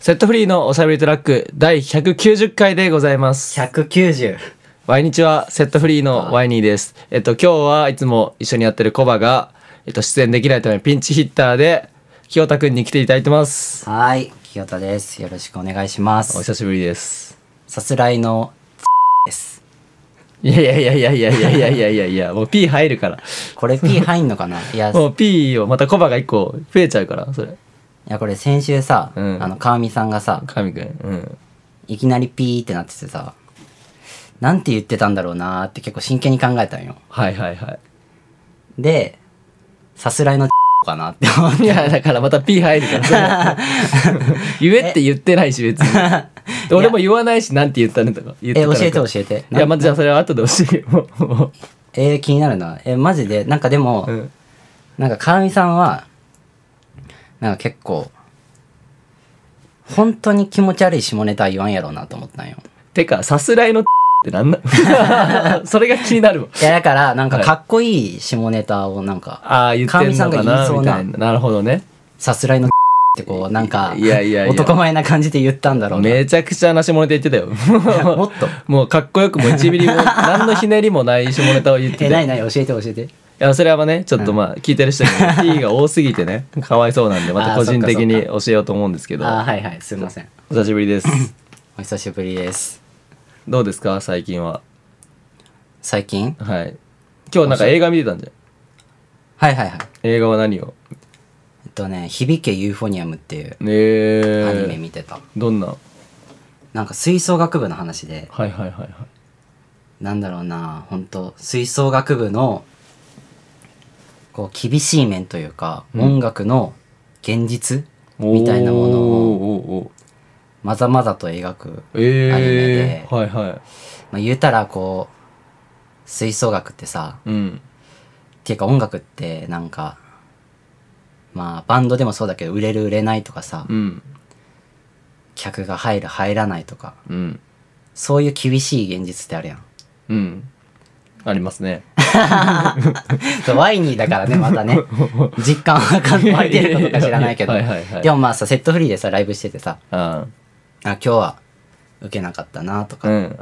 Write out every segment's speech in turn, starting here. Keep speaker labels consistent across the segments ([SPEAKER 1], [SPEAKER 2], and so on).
[SPEAKER 1] セットフリーのおしゃべりトラック第190回でございます。
[SPEAKER 2] 190
[SPEAKER 1] ワイニチはセットフリーのワイニーです。えっと、今日はいつも一緒にやってるコバが、えっと、出演できないためピンチヒッターで、清田くんに来ていただいてます。
[SPEAKER 2] はい清田ですよろしくお願いしま
[SPEAKER 1] お
[SPEAKER 2] す
[SPEAKER 1] 久しぶりです。
[SPEAKER 2] さすらいのです
[SPEAKER 1] いやいやいやいやいやいやいやいやいやいや、もう P 入るから。
[SPEAKER 2] これ P 入んのかないやい
[SPEAKER 1] もう P をまたコバが一個増えちゃうから、それ。
[SPEAKER 2] やこれ先週さ、
[SPEAKER 1] うん
[SPEAKER 2] あの川見さんがさ
[SPEAKER 1] 神くん。うん。
[SPEAKER 2] いきなりピーってなっててさなんて言ってたんだろうなーって結構真剣に考えたんよ
[SPEAKER 1] はいはいはい。
[SPEAKER 2] でさすらいのかなって思って
[SPEAKER 1] いや、だからまた P 入るから。 言えって言ってないし、 別に。俺も言わないし、なんて言ったのとか言ってた
[SPEAKER 2] え教
[SPEAKER 1] のか
[SPEAKER 2] えて教えて
[SPEAKER 1] いや、まずじゃあそれは後で教えよう。 もうも
[SPEAKER 2] えー、気になるなえマジでなんかでも、
[SPEAKER 1] ううん。
[SPEAKER 2] なんか川見さんはなんか結構本当に気持ち悪い下ネタは言わんやろうなと思ったんよ
[SPEAKER 1] てか、さすらいのってなん なそれが気になるわ。
[SPEAKER 2] いやだからなんか
[SPEAKER 1] はい
[SPEAKER 2] かっこいい下ネタをなんか
[SPEAKER 1] ああ、言ってんのか
[SPEAKER 2] 神さんが言
[SPEAKER 1] ない
[SPEAKER 2] そう
[SPEAKER 1] み
[SPEAKER 2] な
[SPEAKER 1] たいな。なるほどね。
[SPEAKER 2] さすらいのってこうなんか
[SPEAKER 1] いやいやいや
[SPEAKER 2] 男前な感じで言ったんだろうな
[SPEAKER 1] めちゃくちゃな下ネタ言ってたよ。
[SPEAKER 2] いやもっと
[SPEAKER 1] もうかっこよくも1ミリ も何のひねりもない下ネタを言って
[SPEAKER 2] え
[SPEAKER 1] て
[SPEAKER 2] ないない教えて教えて
[SPEAKER 1] いやそれはねちょっとまあ聞いてる人 に P が多すぎてねかわいそうなんでまた
[SPEAKER 2] あー
[SPEAKER 1] 個人的
[SPEAKER 2] そ
[SPEAKER 1] に
[SPEAKER 2] っ
[SPEAKER 1] 教えようと思うんですけど
[SPEAKER 2] あーはいはいすいません
[SPEAKER 1] お久しぶりです
[SPEAKER 2] お久しぶりです
[SPEAKER 1] どうですか最近は
[SPEAKER 2] 最近
[SPEAKER 1] はい今日なんか映画見てたんじゃん
[SPEAKER 2] はいはいはい
[SPEAKER 1] 映画は何を
[SPEAKER 2] えっとね「響けユーフォニアム」っていう
[SPEAKER 1] え
[SPEAKER 2] アニメ
[SPEAKER 1] ー、
[SPEAKER 2] 見てた、
[SPEAKER 1] どんなは
[SPEAKER 2] なんか吹奏楽部の話で
[SPEAKER 1] いはいはいはい
[SPEAKER 2] なんだろうな本当吹奏楽部のこう厳しい面というか、
[SPEAKER 1] うん
[SPEAKER 2] 音楽の現実みたいなものを
[SPEAKER 1] おーおーおー
[SPEAKER 2] まざまざと描く、
[SPEAKER 1] え
[SPEAKER 2] アニメ
[SPEAKER 1] ー、はいは
[SPEAKER 2] まあ、言うたらこう吹奏楽ってさ
[SPEAKER 1] いうん
[SPEAKER 2] っていうか音楽ってなんかまあバンドでもそうだけど売れる売れないとかさ、
[SPEAKER 1] うん
[SPEAKER 2] 客が入る入らないとか
[SPEAKER 1] うん
[SPEAKER 2] そういう厳しい現実ってあるやん
[SPEAKER 1] うんありますね
[SPEAKER 2] そうワイニーだからねま たね実感わかん湧いてることか知らないけど
[SPEAKER 1] はいはいはい
[SPEAKER 2] でもまあさセットフリーでさライブしててさ
[SPEAKER 1] あ
[SPEAKER 2] あ今日は受けなかったなと
[SPEAKER 1] ー
[SPEAKER 2] か、
[SPEAKER 1] うん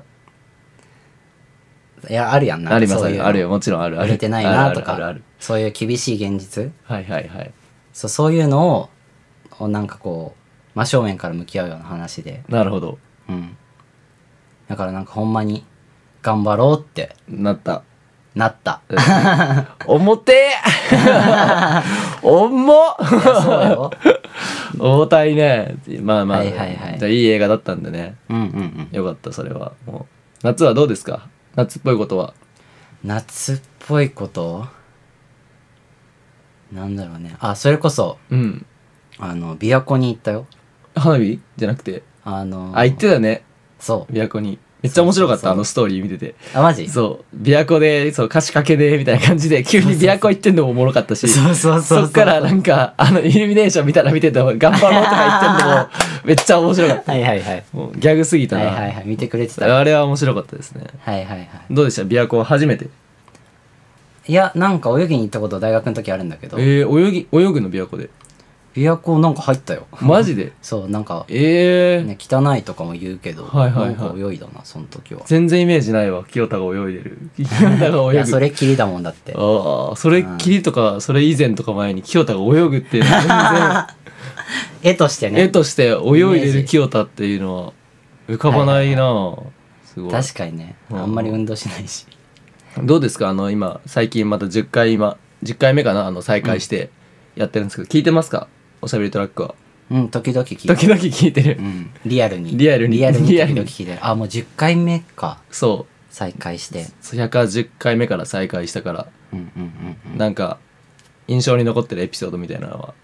[SPEAKER 2] いやあるやんな
[SPEAKER 1] あります
[SPEAKER 2] そ
[SPEAKER 1] あ
[SPEAKER 2] ういう
[SPEAKER 1] る
[SPEAKER 2] の
[SPEAKER 1] あるよもちろんあるあ
[SPEAKER 2] 売
[SPEAKER 1] る
[SPEAKER 2] れてないなと
[SPEAKER 1] あるあ
[SPEAKER 2] か
[SPEAKER 1] る
[SPEAKER 2] そういう厳しい現実
[SPEAKER 1] あるはいはいはい
[SPEAKER 2] そうそういうのををなんかこう真正面から向き合うような話で、
[SPEAKER 1] なるほど
[SPEAKER 2] うん、だからなんかほんまに頑張ろうって
[SPEAKER 1] な った
[SPEAKER 2] なった
[SPEAKER 1] 重てえ重っ
[SPEAKER 2] いやそうよ
[SPEAKER 1] 重たいねまあまあ、
[SPEAKER 2] はいはいはい
[SPEAKER 1] じゃあいい映画だったんでね
[SPEAKER 2] うんうんうん
[SPEAKER 1] よかったそれはもう夏はどうですか夏っぽいことは
[SPEAKER 2] 夏っぽいことなんだろうねあそれこそ
[SPEAKER 1] うん
[SPEAKER 2] あの琵琶湖に行ったよ
[SPEAKER 1] 花火じゃなくて
[SPEAKER 2] あの
[SPEAKER 1] あ言ってたね
[SPEAKER 2] そ
[SPEAKER 1] 琵琶湖にめっちゃ面白かった
[SPEAKER 2] そうそうそう
[SPEAKER 1] あのストーリー見てて
[SPEAKER 2] うあマジ
[SPEAKER 1] そう琵琶湖でそう歌詞かけねえみたいな感じで急に琵琶湖行ってんのもおもろかったし
[SPEAKER 2] そうそうそう
[SPEAKER 1] そっからなんかあのイルミネーションみたいなの見てても頑張ろうと か言ってんのもめっちゃ面白かった
[SPEAKER 2] はいはいはい
[SPEAKER 1] もうギャグすぎた
[SPEAKER 2] は
[SPEAKER 1] な、
[SPEAKER 2] いはいはい見てくれてたはい
[SPEAKER 1] あれは面白かったですね
[SPEAKER 2] はいはい
[SPEAKER 1] どうでした琵琶湖は初めて
[SPEAKER 2] いやなんか泳ぎに行ったこと大学の時あるんだけど琵
[SPEAKER 1] えー、泳ぎ泳ぐの琵琶湖で
[SPEAKER 2] 琶湖なんか入ったよ
[SPEAKER 1] マ ジで
[SPEAKER 2] そうなんか、
[SPEAKER 1] えー
[SPEAKER 2] ね、汚いとかも言うけど、
[SPEAKER 1] はいはいはい
[SPEAKER 2] なんか泳いだなその時は
[SPEAKER 1] 全然イメージないわ清田が泳いでる清田が
[SPEAKER 2] い
[SPEAKER 1] 泳
[SPEAKER 2] や
[SPEAKER 1] ぐ
[SPEAKER 2] それきりだもんだって
[SPEAKER 1] ああそれっきりとかそれ以前とか前に清田が泳ぐ っていうのは
[SPEAKER 2] 絵として
[SPEAKER 1] 全然絵
[SPEAKER 2] ね
[SPEAKER 1] として泳い
[SPEAKER 2] イメ
[SPEAKER 1] で
[SPEAKER 2] ー
[SPEAKER 1] る
[SPEAKER 2] ジ
[SPEAKER 1] 清田っていうのは浮かばないなあすごい
[SPEAKER 2] 確かにね
[SPEAKER 1] うん
[SPEAKER 2] あんまり運動しないし
[SPEAKER 1] どうですかあの今最近また10回今10回目かなあの再開してやってるんですけど、聞いてますかおしゃべりトラックは
[SPEAKER 2] うん時々聞いて
[SPEAKER 1] 時
[SPEAKER 2] る、
[SPEAKER 1] 々聞いてる、
[SPEAKER 2] うん、リアルに
[SPEAKER 1] リアルに
[SPEAKER 2] リアルに
[SPEAKER 1] リアル
[SPEAKER 2] 時
[SPEAKER 1] に
[SPEAKER 2] 々聞いてるあもう10回目か
[SPEAKER 1] そう
[SPEAKER 2] 再開して
[SPEAKER 1] 110回目から再開したから
[SPEAKER 2] うんうんうんうん
[SPEAKER 1] なんか印象に残ってるエピソードみたいなのは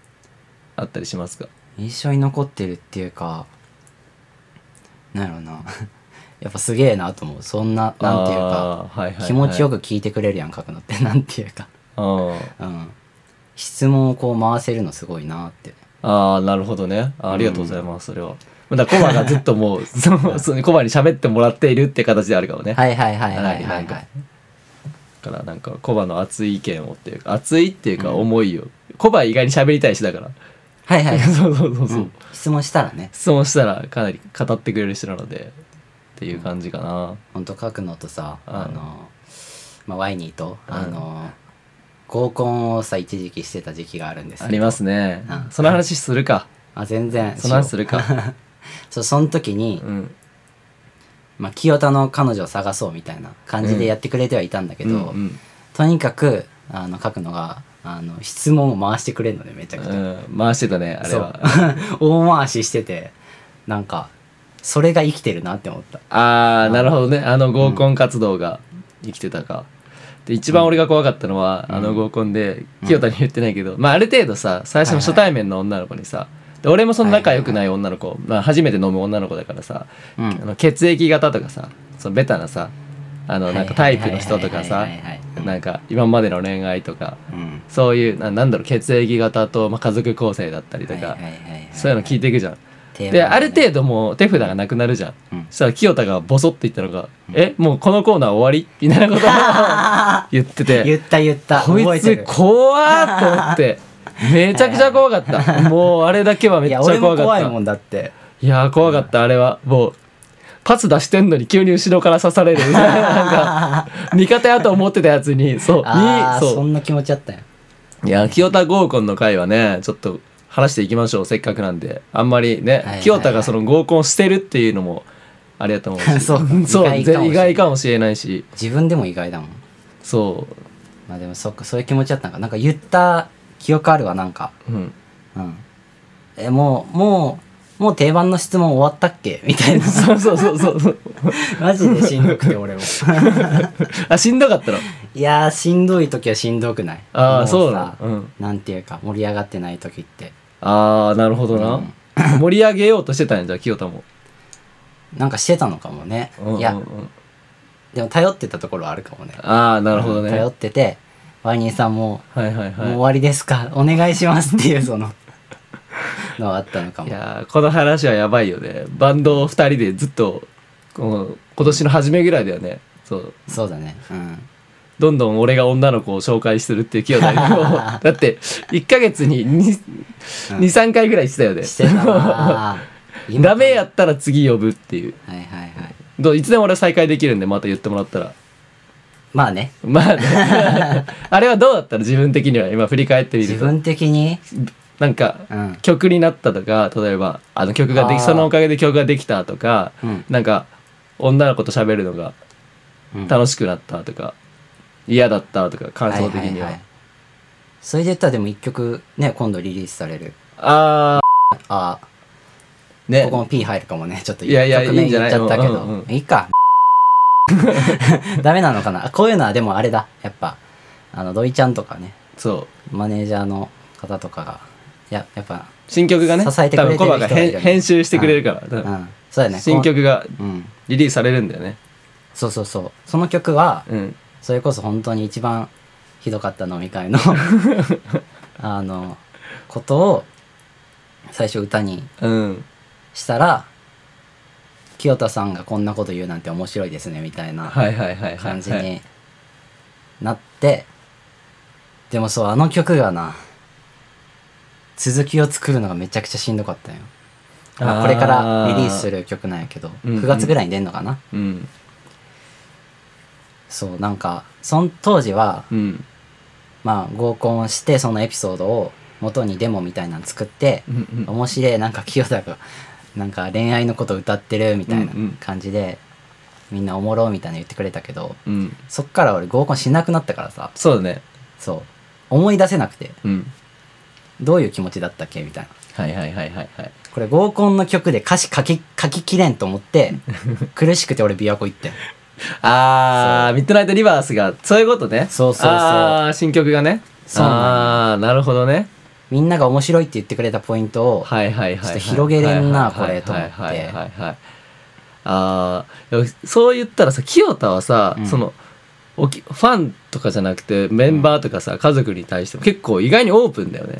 [SPEAKER 1] あったりしますか
[SPEAKER 2] 印象に残ってるっていうかなんやろうな やっぱすげえなと思うそんななんていうか
[SPEAKER 1] あーはいはいはい
[SPEAKER 2] 気持ちよく聞いてくれるやん書くのって なんていうか、
[SPEAKER 1] あー
[SPEAKER 2] うん、質問をこう回せるのすごいなって
[SPEAKER 1] あーなるほどねあーありがとうございます、それはだからコバがずっともう そのそのコバに喋ってもらっているって形であるかもね、
[SPEAKER 2] はいはいはいはい
[SPEAKER 1] は
[SPEAKER 2] はいい
[SPEAKER 1] な
[SPEAKER 2] は
[SPEAKER 1] ん
[SPEAKER 2] い
[SPEAKER 1] だからなんかコバの熱い意見をっていうか熱いっていうか思いを、コバ意外に喋りたいしだから
[SPEAKER 2] はいは い
[SPEAKER 1] そうそうそうそう、
[SPEAKER 2] うん質問したらね
[SPEAKER 1] 質問したらかなり語ってくれる人なのでっていう感じかな、
[SPEAKER 2] 本当書くのとさ、
[SPEAKER 1] うん
[SPEAKER 2] あの、まあ、ワイニーと、
[SPEAKER 1] うん
[SPEAKER 2] あの合コンをさ一時期してた時期があるんですけ
[SPEAKER 1] あ
[SPEAKER 2] ど
[SPEAKER 1] りますね、
[SPEAKER 2] うん
[SPEAKER 1] その話するか
[SPEAKER 2] あ全然
[SPEAKER 1] その話するか
[SPEAKER 2] そうその時に、
[SPEAKER 1] うん
[SPEAKER 2] まあ、清田の彼女を探そうみたいな感じでやってくれてはいたんだけど、
[SPEAKER 1] うんうん
[SPEAKER 2] とにかくあの書くのがあの質問を回してくれるのでめちゃくちゃ、
[SPEAKER 1] うん、回してたねあれ
[SPEAKER 2] そう
[SPEAKER 1] は
[SPEAKER 2] 大回ししててなんかそれが生きてるなって思った
[SPEAKER 1] ああなるほどねあの合コン活動が生きてたか、で一番俺が怖かったのは、
[SPEAKER 2] うん
[SPEAKER 1] あの合コンで清田に言ってないけど、まあある程度さ最初の初対面の女の子にさ、で俺もその仲良くない女の子、まあ、初めて飲む女の子だからさ、
[SPEAKER 2] うん
[SPEAKER 1] あの血液型とかさそのベタなさあのなんかタイプの人とか
[SPEAKER 2] は
[SPEAKER 1] さ
[SPEAKER 2] いはいはいはいはい
[SPEAKER 1] なんか今までの恋愛とか
[SPEAKER 2] うん
[SPEAKER 1] そういうななんだろう血液型と、まあ、家族構成だったりとか、
[SPEAKER 2] はいはいはいはい
[SPEAKER 1] そういうの聞いていくじゃん。
[SPEAKER 2] テーマ
[SPEAKER 1] で
[SPEAKER 2] がね
[SPEAKER 1] ある程度もう手札がなくなるじゃん。
[SPEAKER 2] うん
[SPEAKER 1] そしたら清田がボソッと言ったのが「えもうこのコーナー終わり?」みたいなことを 言って
[SPEAKER 2] 言
[SPEAKER 1] て
[SPEAKER 2] った言った
[SPEAKER 1] こ
[SPEAKER 2] 覚
[SPEAKER 1] い
[SPEAKER 2] えて
[SPEAKER 1] つ
[SPEAKER 2] る
[SPEAKER 1] 怖ーと思ってめちゃくちゃ怖か ったもうあれだけはめっ
[SPEAKER 2] い
[SPEAKER 1] ちゃ怖
[SPEAKER 2] や俺
[SPEAKER 1] か
[SPEAKER 2] も
[SPEAKER 1] った
[SPEAKER 2] 怖いもんだって
[SPEAKER 1] いやー怖かったあれはもうパス出してんのに急に後ろから刺されるみたいな なんか味方やと思ってたやつにそう
[SPEAKER 2] あ
[SPEAKER 1] に
[SPEAKER 2] あそ
[SPEAKER 1] そ
[SPEAKER 2] んな気持ちあったよ
[SPEAKER 1] ういや清田合コンの会はねちょっと話していきましょうせっかくなんであんまりね、
[SPEAKER 2] いはいはい
[SPEAKER 1] 清田がその合コンしてるっていうのもあれやと思うし
[SPEAKER 2] そうか
[SPEAKER 1] そう
[SPEAKER 2] 意外かもしれない
[SPEAKER 1] 意外かもしれないし
[SPEAKER 2] 自分でも意外だもん
[SPEAKER 1] そ
[SPEAKER 2] まあでもそっかそういう気持ちあったのかなんか言った記憶あるわなんか
[SPEAKER 1] う、うん、
[SPEAKER 2] うんえもうもうもう定番の質問終わったっけ みたいな
[SPEAKER 1] そうそうそうそうそう
[SPEAKER 2] マジでしんどくて俺も
[SPEAKER 1] あしんどかったの
[SPEAKER 2] いやーしんどい時はしんどくない
[SPEAKER 1] あ
[SPEAKER 2] も
[SPEAKER 1] あ
[SPEAKER 2] さ
[SPEAKER 1] そうなの、うん、
[SPEAKER 2] なんていうか盛り上がってない時って
[SPEAKER 1] ああなるほどな、
[SPEAKER 2] うん
[SPEAKER 1] 盛り上げようとしてたんやじゃあ清田も、
[SPEAKER 2] なんかしてたのかもね、
[SPEAKER 1] うんうんうん
[SPEAKER 2] いやでも頼ってたところはあるかもね
[SPEAKER 1] ああなるほどね、
[SPEAKER 2] 頼っててワイニーさんも
[SPEAKER 1] はいはい
[SPEAKER 2] もう終
[SPEAKER 1] は
[SPEAKER 2] わりですかお願いしますっていうそののはあったのか
[SPEAKER 1] い。い
[SPEAKER 2] も
[SPEAKER 1] やーこの話はやばいよね。バンド2人でずっとこの今年の初めぐらいだよね。そう
[SPEAKER 2] そうだねうん
[SPEAKER 1] どんどん俺が女の子を紹介するっていう清田にこう だって1ヶ月に
[SPEAKER 2] うん
[SPEAKER 1] 23回ぐらいしてたよね。
[SPEAKER 2] してた なあ今
[SPEAKER 1] ダメやったら次呼ぶっていう。
[SPEAKER 2] はいはいはい
[SPEAKER 1] どういつでも俺再会できるんでまた言ってもらったら。
[SPEAKER 2] まあね
[SPEAKER 1] まあね、あれはどうだったの自分的には今振り返ってみ
[SPEAKER 2] 自
[SPEAKER 1] ると
[SPEAKER 2] 分的に
[SPEAKER 1] なんか
[SPEAKER 2] うん
[SPEAKER 1] 曲になったとか例えばあの曲ができ
[SPEAKER 2] あー
[SPEAKER 1] そのおかげで曲ができたとか、
[SPEAKER 2] うん
[SPEAKER 1] なんか女の子と喋るのが
[SPEAKER 2] うん
[SPEAKER 1] 楽しくなったとか、嫌だったとか感想的には,、
[SPEAKER 2] いいいそれで言ったらでも一曲ね今度リリースされる
[SPEAKER 1] ああ
[SPEAKER 2] あ
[SPEAKER 1] ね
[SPEAKER 2] ここも P 入るかもねちょっと
[SPEAKER 1] いやいや
[SPEAKER 2] 曲名
[SPEAKER 1] いいんじゃない
[SPEAKER 2] 言っちゃったけど、
[SPEAKER 1] うんうんうん
[SPEAKER 2] いいか ダメなのかなこういうのはでもあれだやっぱあの土井ちゃんとかね
[SPEAKER 1] そう
[SPEAKER 2] マネージャーの方とかがいややっぱ
[SPEAKER 1] 新曲がね
[SPEAKER 2] 支えてくれて
[SPEAKER 1] 多分
[SPEAKER 2] る
[SPEAKER 1] コバが
[SPEAKER 2] 人がいる
[SPEAKER 1] 編
[SPEAKER 2] よね
[SPEAKER 1] 編集してくれるから、多
[SPEAKER 2] う
[SPEAKER 1] 分
[SPEAKER 2] んそうだね
[SPEAKER 1] 新
[SPEAKER 2] こ
[SPEAKER 1] 曲が
[SPEAKER 2] のうん
[SPEAKER 1] リリースされるんだよね
[SPEAKER 2] そうそうそうその曲は
[SPEAKER 1] うん
[SPEAKER 2] それこそ本当に一番ひどかった飲み 会のあのことを最初歌に
[SPEAKER 1] うん
[SPEAKER 2] したら清田さんがこんなこと言うなんて面白いですねみたいな
[SPEAKER 1] はいはいはいはい、はい、
[SPEAKER 2] 感じになってでもそうあの曲がな続きを作るのがめちゃくちゃしんどかったんよ、ま
[SPEAKER 1] あ
[SPEAKER 2] あ
[SPEAKER 1] ー
[SPEAKER 2] これからリリースする曲なんやけど
[SPEAKER 1] うんうん
[SPEAKER 2] 9月ぐらいに出んのかな、
[SPEAKER 1] うん
[SPEAKER 2] そうなんかその当時は
[SPEAKER 1] うん
[SPEAKER 2] まあ合コンしてそのエピソードを元にデモみたいなの作って
[SPEAKER 1] うんうん
[SPEAKER 2] 面白いなんか清田がなんか恋愛のこと歌ってるみたいな
[SPEAKER 1] うんうん
[SPEAKER 2] 感じでみんなおもろみたいなの言ってくれたけど
[SPEAKER 1] うん
[SPEAKER 2] そっから俺合コンしなくなったからさ
[SPEAKER 1] そうだね
[SPEAKER 2] そう思い出せなくて
[SPEAKER 1] うん
[SPEAKER 2] どういう気持ちだったっけみたいな
[SPEAKER 1] はいはいはいはいはい
[SPEAKER 2] これ合コンの曲で歌詞書き書ききれんと思って 苦しくて俺琵琶湖行ってん
[SPEAKER 1] あーミッドナイトリバースがそういうことね
[SPEAKER 2] そうそうそう
[SPEAKER 1] あー新曲がね
[SPEAKER 2] そうなの
[SPEAKER 1] ああーなるほどね
[SPEAKER 2] みんなが面白いって言ってくれたポイントを
[SPEAKER 1] はいはいはい、はい、
[SPEAKER 2] ちょっと広げれんな
[SPEAKER 1] はいはい
[SPEAKER 2] これと思って
[SPEAKER 1] はいはいはいはいあーでもそう言ったらさ清田はさ、
[SPEAKER 2] うん
[SPEAKER 1] そのおきファンとかじゃなくてメンバーとかさ、家族に対しても結構意外にオープンだよね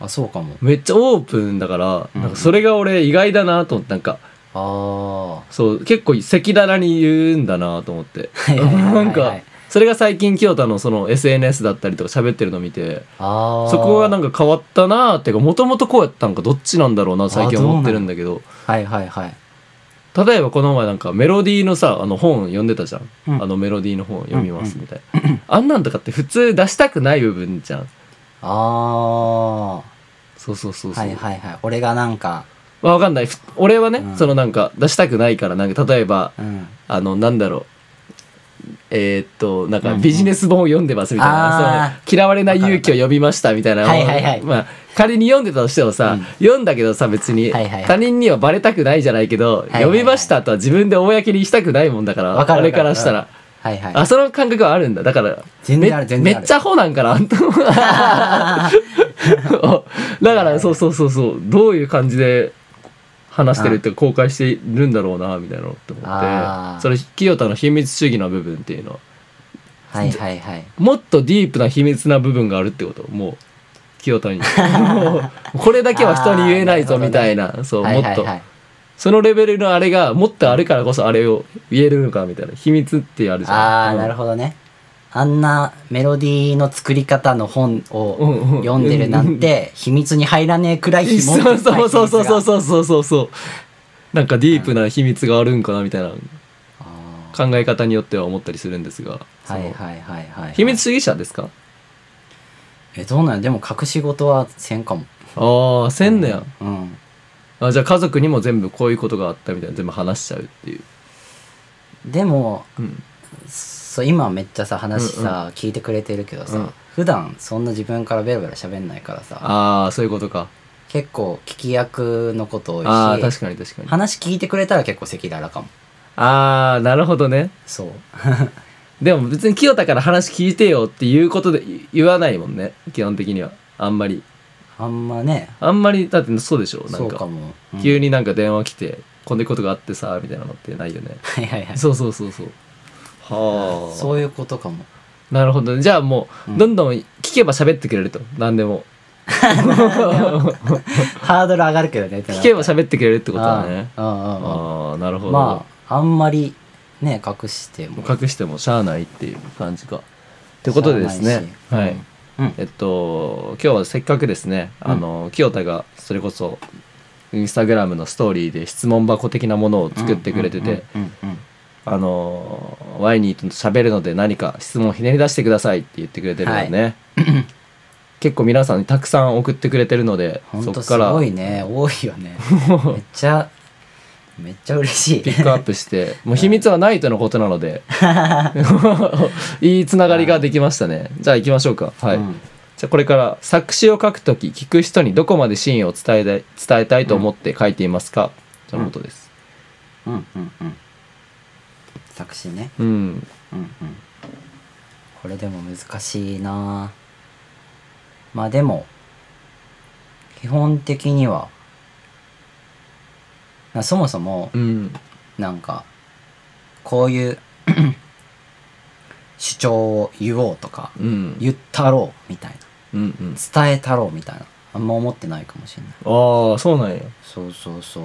[SPEAKER 2] あそうかも
[SPEAKER 1] めっちゃオープンだから、
[SPEAKER 2] うん
[SPEAKER 1] なんかそれが俺意外だなと思ってなんか
[SPEAKER 2] あ
[SPEAKER 1] そう結構赤裸々に言うんだなと思って
[SPEAKER 2] あ
[SPEAKER 1] なんかそれが最近清田のその SNS だったりとか喋ってるの見て
[SPEAKER 2] ああ
[SPEAKER 1] そこがなん
[SPEAKER 2] か
[SPEAKER 1] か変わったなーっていうかもともとこうやったんかどっちなんだろうな最近
[SPEAKER 2] あーどう
[SPEAKER 1] 思
[SPEAKER 2] な
[SPEAKER 1] っ
[SPEAKER 2] ん
[SPEAKER 1] てるんだけど
[SPEAKER 2] はいはいはい
[SPEAKER 1] 例えばこの前なんかメロディーのさあの本読んでたじゃん、
[SPEAKER 2] うん
[SPEAKER 1] あのメロディーの本読みますみたいな、あんなんとかって普通出したくない部分じゃん
[SPEAKER 2] ああは
[SPEAKER 1] そうそうそう
[SPEAKER 2] い
[SPEAKER 1] そう、
[SPEAKER 2] はいはい俺がなんか
[SPEAKER 1] まあ、わかんないふ俺はね、
[SPEAKER 2] うん
[SPEAKER 1] そのなんか出したくないからなんか例えば
[SPEAKER 2] うん
[SPEAKER 1] あのなんだろうえーっとなん
[SPEAKER 2] うん
[SPEAKER 1] か
[SPEAKER 2] うん
[SPEAKER 1] ビジネス本を読んでますみたいな、
[SPEAKER 2] あー
[SPEAKER 1] その嫌われない勇気を呼びましたみたいな、
[SPEAKER 2] はいはいはい
[SPEAKER 1] まあ、仮に読んでたとしてもさ、
[SPEAKER 2] うん
[SPEAKER 1] 読んだけどさ別に、
[SPEAKER 2] はいはいはい
[SPEAKER 1] 他人にはバレたくないじゃないけど、
[SPEAKER 2] いはいはい
[SPEAKER 1] 読みましたとは自分で公にしたくないもんだから
[SPEAKER 2] わかるわかる
[SPEAKER 1] 俺からしたら、
[SPEAKER 2] はいはい
[SPEAKER 1] あその感覚はあるんだだから
[SPEAKER 2] 全然ある全然ある
[SPEAKER 1] めっちゃアホなんかなあんた だ からそうそうそうそうどういう感じで話してるって公開してるんだろうなみたいなのって思
[SPEAKER 2] あ
[SPEAKER 1] って
[SPEAKER 2] ー
[SPEAKER 1] それ清田の秘密主義な部分っていうのは
[SPEAKER 2] はいはいはい
[SPEAKER 1] もっとディープな秘密な部分があるってこともう清 田にもうこれだけは人に言えないぞ
[SPEAKER 2] あーなるほどね
[SPEAKER 1] みたいなそう
[SPEAKER 2] は
[SPEAKER 1] も
[SPEAKER 2] い
[SPEAKER 1] っ
[SPEAKER 2] はい
[SPEAKER 1] と
[SPEAKER 2] はい
[SPEAKER 1] そのレベルのあれがもっとあるからこそあれを言えるのかみたいな秘密ってあるじゃん
[SPEAKER 2] ああ
[SPEAKER 1] うん
[SPEAKER 2] なるほどねあんなメロディーの作り方の本
[SPEAKER 1] うんうん
[SPEAKER 2] を読んでるなんて秘密に入らねえくらい紐
[SPEAKER 1] そうそうそうそうそう
[SPEAKER 2] う
[SPEAKER 1] そうそうそうそうなんかディープな秘密があるんかなみたいな考え方によっては思ったりするんですが、
[SPEAKER 2] はい
[SPEAKER 1] その
[SPEAKER 2] はいはいはい
[SPEAKER 1] 秘密主義者ですか
[SPEAKER 2] えどうなんやでも隠し事はせんかも
[SPEAKER 1] ああせんねや、
[SPEAKER 2] うん
[SPEAKER 1] あじゃあ家族にも全部こういうことがあったみたいな全部話しちゃうっていう、
[SPEAKER 2] でも
[SPEAKER 1] うん、
[SPEAKER 2] そう今めっちゃさ話さ、聞いてくれてるけどさ、
[SPEAKER 1] うん
[SPEAKER 2] 普段そんな自分からベラベラ喋んないからさ
[SPEAKER 1] ああそういうことか
[SPEAKER 2] 結構聞き役のこと多いし
[SPEAKER 1] ああ確かに確かに
[SPEAKER 2] 話聞いてくれたら結構赤裸々かも
[SPEAKER 1] ああなるほどね
[SPEAKER 2] そう
[SPEAKER 1] でも別に清田から話聞いてよっていうことで言わないもんね基本的にはあんまり
[SPEAKER 2] あんまね
[SPEAKER 1] あんまりだってそうでしょなんか
[SPEAKER 2] そうかも、うん
[SPEAKER 1] 急になんか電話来てこんなことがあってさみたいなのってないよね
[SPEAKER 2] はいはいはい
[SPEAKER 1] そうそうそうそうはあ
[SPEAKER 2] そういうことかも
[SPEAKER 1] なるほどねじゃあも
[SPEAKER 2] う
[SPEAKER 1] うんどんどん聞けば喋ってくれると何で も
[SPEAKER 2] ハードル上がるけどね
[SPEAKER 1] 聞けば
[SPEAKER 2] っ
[SPEAKER 1] 喋ってくれるって
[SPEAKER 2] て
[SPEAKER 1] こと
[SPEAKER 2] な
[SPEAKER 1] だ
[SPEAKER 2] った
[SPEAKER 1] ね
[SPEAKER 2] うんうんうんうん
[SPEAKER 1] ああなるほど、
[SPEAKER 2] まああんまりね隠して
[SPEAKER 1] も
[SPEAKER 2] も
[SPEAKER 1] う隠してもしゃあないっていう感じかってことでですね
[SPEAKER 2] しゃあ
[SPEAKER 1] は、
[SPEAKER 2] ないいしうんうん
[SPEAKER 1] えっと今日はせっかくですね、あの清田がそれこそインスタグラムのストーリーで質問箱的なものを作ってくれてて、
[SPEAKER 2] うんうんうん
[SPEAKER 1] あのーワイニーと喋るので何か質問をひねり出してくださいって言ってくれてるのでね、 結構皆さんにたくさん送ってくれてるの で
[SPEAKER 2] ほ
[SPEAKER 1] そ
[SPEAKER 2] んと
[SPEAKER 1] こ
[SPEAKER 2] す
[SPEAKER 1] から
[SPEAKER 2] ごいね多いよ ねめっちゃめっちゃ嬉しい
[SPEAKER 1] ピックアップして もう秘密はないとのことなので いいつながりができましたねじゃあ行きましょうかはい、
[SPEAKER 2] うん
[SPEAKER 1] じゃあこれから作詞を書くとき聞く人にどこまで真意を伝えたい伝えたいと思って書いていますか、とのことです
[SPEAKER 2] うんうんうん作詞ね
[SPEAKER 1] うん
[SPEAKER 2] うんうんこれでも難しいなまあでも基本的にはなそもそも
[SPEAKER 1] うん
[SPEAKER 2] なんかこういう 主張を言おうとか
[SPEAKER 1] うん
[SPEAKER 2] 言ったろうみたいな
[SPEAKER 1] うんうん
[SPEAKER 2] 伝えたろうみたいなあんま思ってないかもしれない
[SPEAKER 1] ああそうなんや
[SPEAKER 2] そうそうそう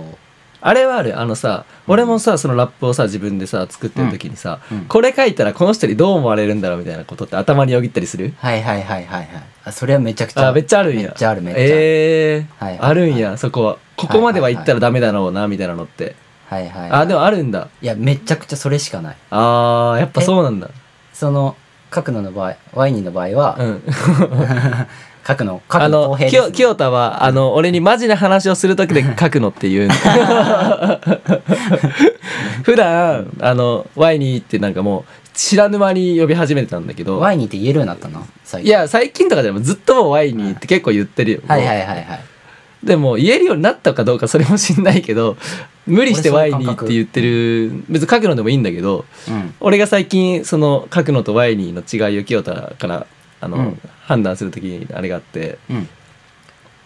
[SPEAKER 1] あれはあるあのさ俺もさそのラップをさ自分でさ作ってる時にさ、
[SPEAKER 2] うんうん
[SPEAKER 1] これ書いたらこの人にどう思われるんだろうみたいなことって頭によぎったりする
[SPEAKER 2] はいはいはいはいはいあそれはめちゃくちゃ
[SPEAKER 1] あめっちゃあるんや
[SPEAKER 2] めっちゃあるめっちゃある、
[SPEAKER 1] えー
[SPEAKER 2] はいはいはい
[SPEAKER 1] あるんやそこはここまでは言ったらダメだろうなみたいなのって、
[SPEAKER 2] はいはい、はい、
[SPEAKER 1] あでもあるんだ
[SPEAKER 2] いやめちゃくちゃそれしかない
[SPEAKER 1] あーやっぱそうなんだ
[SPEAKER 2] その角野の場合ワイニーの場合は、
[SPEAKER 1] うん
[SPEAKER 2] 角野
[SPEAKER 1] あ
[SPEAKER 2] 角野
[SPEAKER 1] の
[SPEAKER 2] 公平
[SPEAKER 1] き
[SPEAKER 2] で
[SPEAKER 1] よ
[SPEAKER 2] す、ね、
[SPEAKER 1] 清田はあの俺にマジな話をする時で書くのって いう普段あの「ワイニー」ってなんかもう知らぬ間に呼び始めてたんだけど
[SPEAKER 2] ワイニーって言えるようになったな最
[SPEAKER 1] いや最近とかでもずっともうワイニーって結構言ってるよ、
[SPEAKER 2] はいはい
[SPEAKER 1] も
[SPEAKER 2] はいはいう
[SPEAKER 1] でも言えるようになったかどうかそれも知んないけ ど無理してワ
[SPEAKER 2] 俺
[SPEAKER 1] イ
[SPEAKER 2] そういう
[SPEAKER 1] ニー
[SPEAKER 2] 感
[SPEAKER 1] っ
[SPEAKER 2] 覚
[SPEAKER 1] て言ってる別に書くのでもいいんだけど
[SPEAKER 2] うん
[SPEAKER 1] 俺が最近その書くのとワイニーの違いを清田からあの、
[SPEAKER 2] うん
[SPEAKER 1] 判断する時にあれがあって
[SPEAKER 2] うん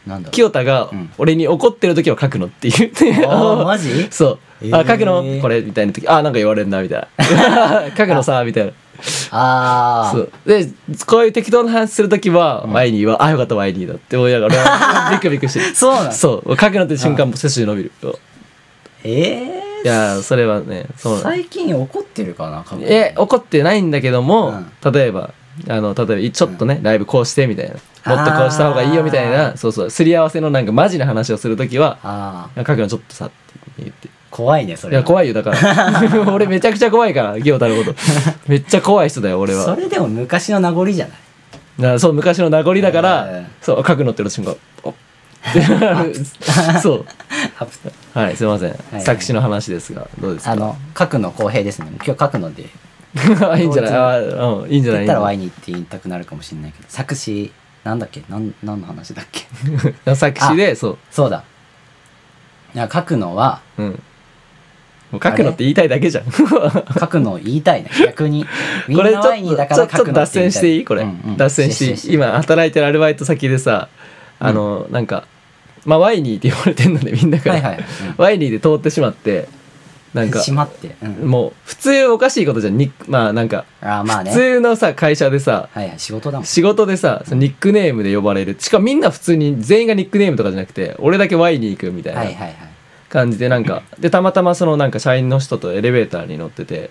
[SPEAKER 2] なんだろう
[SPEAKER 1] 清田が
[SPEAKER 2] うん
[SPEAKER 1] 俺に怒ってる時は書くのって言って、
[SPEAKER 2] あーマジ
[SPEAKER 1] そう、
[SPEAKER 2] えー
[SPEAKER 1] あ書くのこれみたいな時あなんか言われるなみたい な 書くのさみたいな
[SPEAKER 2] あ
[SPEAKER 1] そ
[SPEAKER 2] あ
[SPEAKER 1] うでこういう適当な話するときは、ワイニーは「あよかったワイニーだ」って思いなが らビクビクしてる
[SPEAKER 2] そうなの
[SPEAKER 1] そう書くなって瞬間も背筋伸びる
[SPEAKER 2] ええ
[SPEAKER 1] いやそれはねそうなん
[SPEAKER 2] 最近怒ってるかな過去
[SPEAKER 1] え怒ってないんだけども、
[SPEAKER 2] う
[SPEAKER 1] 例えばあの例えばちょっとね、ライブこうしてみたいなもっとこうした方がいいよみたい
[SPEAKER 2] あ
[SPEAKER 1] なそうそうすり合わせのなんかマジな話をするときは
[SPEAKER 2] ああ
[SPEAKER 1] 書くのちょっとさって言って
[SPEAKER 2] 怖いねそ
[SPEAKER 1] い
[SPEAKER 2] れは
[SPEAKER 1] や怖いよだから 俺めちゃくちゃ怖いからギオタの ことめっちゃ怖い人だよ俺は
[SPEAKER 2] それでも昔の名残じゃない
[SPEAKER 1] なそう昔の名残だから、
[SPEAKER 2] え
[SPEAKER 1] そう書くのっての瞬間おっそう
[SPEAKER 2] あぶ
[SPEAKER 1] はいすいません、
[SPEAKER 2] はい
[SPEAKER 1] 作詞の話ですがどうですか
[SPEAKER 2] あの書くの公平ですね今日書くのでっ て
[SPEAKER 1] いいんじゃないあーうんいいんじゃな
[SPEAKER 2] 言
[SPEAKER 1] い
[SPEAKER 2] ったらワイニーって言いたくなるかもしれないけど作詞なんだっけなん何の話だっけ
[SPEAKER 1] 作詞でそう
[SPEAKER 2] そうだいや書く のは
[SPEAKER 1] うん。もう書くのって言いたいだけじゃん。こ
[SPEAKER 2] 書くのを言いたいね逆にみん
[SPEAKER 1] れち
[SPEAKER 2] な
[SPEAKER 1] ょ
[SPEAKER 2] ワイニーだ
[SPEAKER 1] っと、ち
[SPEAKER 2] か
[SPEAKER 1] ょ
[SPEAKER 2] ら
[SPEAKER 1] ちょ
[SPEAKER 2] 書
[SPEAKER 1] っと
[SPEAKER 2] くの
[SPEAKER 1] 脱
[SPEAKER 2] って言
[SPEAKER 1] 線
[SPEAKER 2] いたい
[SPEAKER 1] していいこれ、
[SPEAKER 2] うんうん
[SPEAKER 1] 脱線していい今働いてるアルバイト先でさ、あの、なんか、まあ、ワイニーって言われてんので、みんなから。
[SPEAKER 2] はいはい、
[SPEAKER 1] ワイニーで通ってしまって、
[SPEAKER 2] う、
[SPEAKER 1] なんんか、
[SPEAKER 2] しまって、うん、
[SPEAKER 1] もう、普通おかしいことじゃん。にまあ、なんか、
[SPEAKER 2] ああまあね
[SPEAKER 1] 普通のさ、会社でさ、
[SPEAKER 2] はいはい仕事だもん
[SPEAKER 1] 仕事でさ、そのニックネームで呼ばれる。しかもみんな普通に、全員がニックネームとかじゃなくて、俺だけワイニー行くみたいな。
[SPEAKER 2] はいはいはい
[SPEAKER 1] 感じでなんかでたまたまそのなんか社員の人とエレベーターに乗ってて、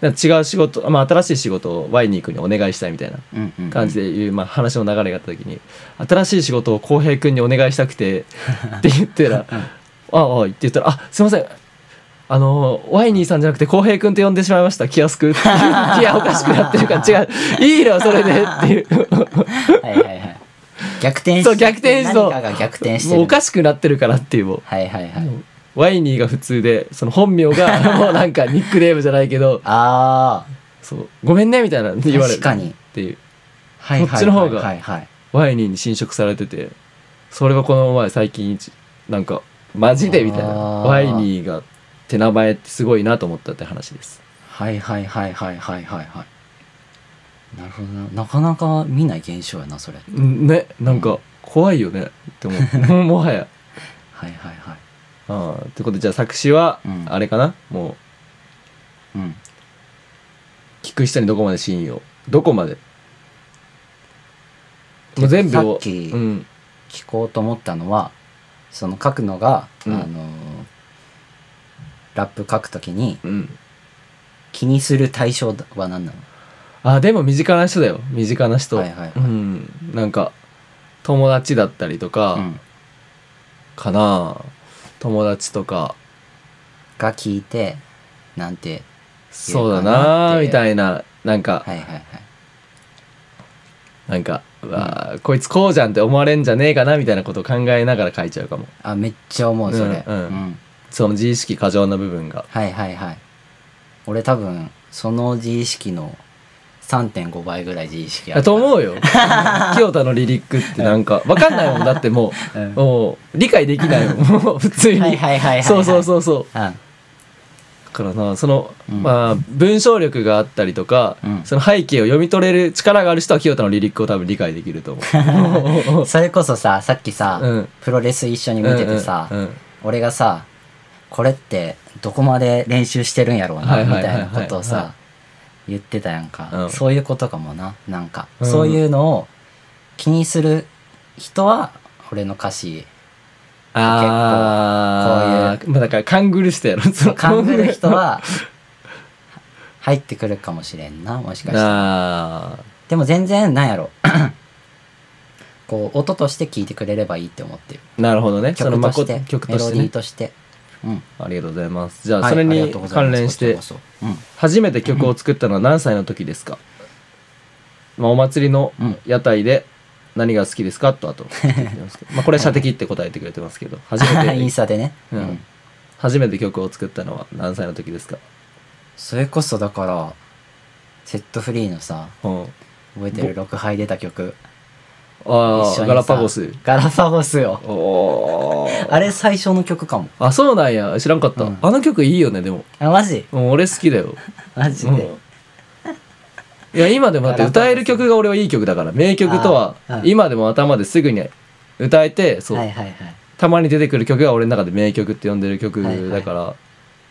[SPEAKER 1] なんか違う仕事、まあ、新しい仕事をワイに行くにお願いしたいみたいな
[SPEAKER 2] うんうん
[SPEAKER 1] 感じでいう、まあ、話の流れがあった時に「新しい仕事を浩平君にお願いしたく て」って言ったら「ああ」って言ったら「あすいませんあのワイニーさんじゃなくて浩平君って呼んでしまいました気安 く」っていういやおかしくなってるから違ういいのそれで」っていう
[SPEAKER 2] はいはいはい逆転して
[SPEAKER 1] そう逆転しそう
[SPEAKER 2] 何かが逆転して
[SPEAKER 1] も
[SPEAKER 2] る
[SPEAKER 1] うおかしくなってるからっていうもう。
[SPEAKER 2] はいはいはい、
[SPEAKER 1] ワイニーが普通でその本名がもうなんかニックネームじゃないけど
[SPEAKER 2] ああ
[SPEAKER 1] そうごめんねみたいなの言われる
[SPEAKER 2] 確かに
[SPEAKER 1] っていう
[SPEAKER 2] は
[SPEAKER 1] こっちの方が
[SPEAKER 2] はいはい
[SPEAKER 1] ワイニーに侵食されててそれがこの前最近一なんかマジでみたいな
[SPEAKER 2] あー
[SPEAKER 1] ワイニーがって名前ってすごいなと思ったって話です
[SPEAKER 2] はいはいはいはいはいはいはいなるほどななかなか見ない現象やなそれ
[SPEAKER 1] んねなんか怖いよねって思う もうもはや
[SPEAKER 2] はいはいはい
[SPEAKER 1] あーってことでじゃあ作詞は
[SPEAKER 2] うん
[SPEAKER 1] あれかな、もう
[SPEAKER 2] うん
[SPEAKER 1] 聞く人にどこまで信用どこまでもう全部を
[SPEAKER 2] さっき
[SPEAKER 1] うん
[SPEAKER 2] 聞こうと思ったのはその書くのが、
[SPEAKER 1] うん
[SPEAKER 2] あのラップ書くときに
[SPEAKER 1] うん
[SPEAKER 2] 気にする対象は何なの
[SPEAKER 1] あでも身近な人だよ身近な人、
[SPEAKER 2] はいはいはい
[SPEAKER 1] うんなんか友達だったりと
[SPEAKER 2] う
[SPEAKER 1] か
[SPEAKER 2] ん
[SPEAKER 1] かな、友達とか
[SPEAKER 2] が聞いてなんて
[SPEAKER 1] そうだ
[SPEAKER 2] なっ
[SPEAKER 1] な
[SPEAKER 2] て
[SPEAKER 1] みたいななんか、
[SPEAKER 2] はいはいはい
[SPEAKER 1] なんかうわーこいつこうじゃんって思われんじゃねえかなみたいなことを考えながら書いちゃうかも
[SPEAKER 2] あめっちゃ思うそれ、
[SPEAKER 1] うんうんその自意識過剰な部分が
[SPEAKER 2] はいはいはい俺多分その自意識の3.5倍ぐらい自意識あ
[SPEAKER 1] だ
[SPEAKER 2] る
[SPEAKER 1] と思う よ清田のリリックってなんかわかんないもんだって もう、
[SPEAKER 2] うん
[SPEAKER 1] もう理解できないもんもう普通に、
[SPEAKER 2] はいはいはいはいはい
[SPEAKER 1] そうそうそうそう
[SPEAKER 2] うん
[SPEAKER 1] だからなその、
[SPEAKER 2] うん
[SPEAKER 1] まあ文章力があったりとか、
[SPEAKER 2] うん
[SPEAKER 1] その背景を読み取れる力がある人は清田のリリックを多分理解できると思う
[SPEAKER 2] それこそささっきさ、
[SPEAKER 1] うん
[SPEAKER 2] プロレス一緒に見ててさ、
[SPEAKER 1] うんうんうん
[SPEAKER 2] 俺がさこれってどこまで練習してるんやろう
[SPEAKER 1] は
[SPEAKER 2] ないみ
[SPEAKER 1] はいはい
[SPEAKER 2] た
[SPEAKER 1] はい
[SPEAKER 2] いなことを
[SPEAKER 1] はい
[SPEAKER 2] さ言ってたやんか、
[SPEAKER 1] うん
[SPEAKER 2] そういうことかもななんか、
[SPEAKER 1] うん
[SPEAKER 2] そういうのを気にする人は俺の歌詞
[SPEAKER 1] ああこういうまあだから勘ぐる人やろその
[SPEAKER 2] 勘ぐる人は入ってくるかもしれんなもしかしたら。
[SPEAKER 1] あ
[SPEAKER 2] でも全然なんやろ こう音として聞いてくれればいいって思ってる
[SPEAKER 1] ーなるほどねその
[SPEAKER 2] 曲
[SPEAKER 1] ま
[SPEAKER 2] と
[SPEAKER 1] あこ
[SPEAKER 2] して
[SPEAKER 1] 曲
[SPEAKER 2] メ
[SPEAKER 1] とし
[SPEAKER 2] ロ
[SPEAKER 1] て
[SPEAKER 2] ディー
[SPEAKER 1] ね
[SPEAKER 2] として、うん
[SPEAKER 1] ありがとうございますじゃあ
[SPEAKER 2] はい
[SPEAKER 1] それ
[SPEAKER 2] ありが
[SPEAKER 1] に
[SPEAKER 2] とうござい
[SPEAKER 1] 関
[SPEAKER 2] ます
[SPEAKER 1] 連して
[SPEAKER 2] こちらこそうん
[SPEAKER 1] 初めて曲を作ったのは何歳の時ですか、まあ、お祭りの
[SPEAKER 2] うん
[SPEAKER 1] 屋台で何が好きですかとあ と聞いてますけどまあこれは射的って答えてくれてますけど初め
[SPEAKER 2] イ
[SPEAKER 1] て
[SPEAKER 2] ンスタでね、
[SPEAKER 1] うん初めて曲を作ったのは何歳の時ですか、
[SPEAKER 2] それこそだからセットフリーのさ
[SPEAKER 1] うん、
[SPEAKER 2] 覚えてる6杯出た曲
[SPEAKER 1] あ
[SPEAKER 2] 一
[SPEAKER 1] あ
[SPEAKER 2] 緒にさ
[SPEAKER 1] ガラパゴス
[SPEAKER 2] ガラパゴス よ
[SPEAKER 1] おー
[SPEAKER 2] あれ最初の曲かも
[SPEAKER 1] あそうなんや知らんかった、
[SPEAKER 2] うん
[SPEAKER 1] あの曲いいよねでも
[SPEAKER 2] あマジ
[SPEAKER 1] うん俺好きだよ、
[SPEAKER 2] マジ
[SPEAKER 1] う
[SPEAKER 2] で、
[SPEAKER 1] ん、いや今でもだって歌える曲が俺はいい曲だから名曲とは
[SPEAKER 2] あーうん
[SPEAKER 1] 今でも頭ですぐに歌えてそう、
[SPEAKER 2] はいはいはい
[SPEAKER 1] たまに出てくる曲が俺の中で名曲って呼んでる曲
[SPEAKER 2] はいはい
[SPEAKER 1] だから、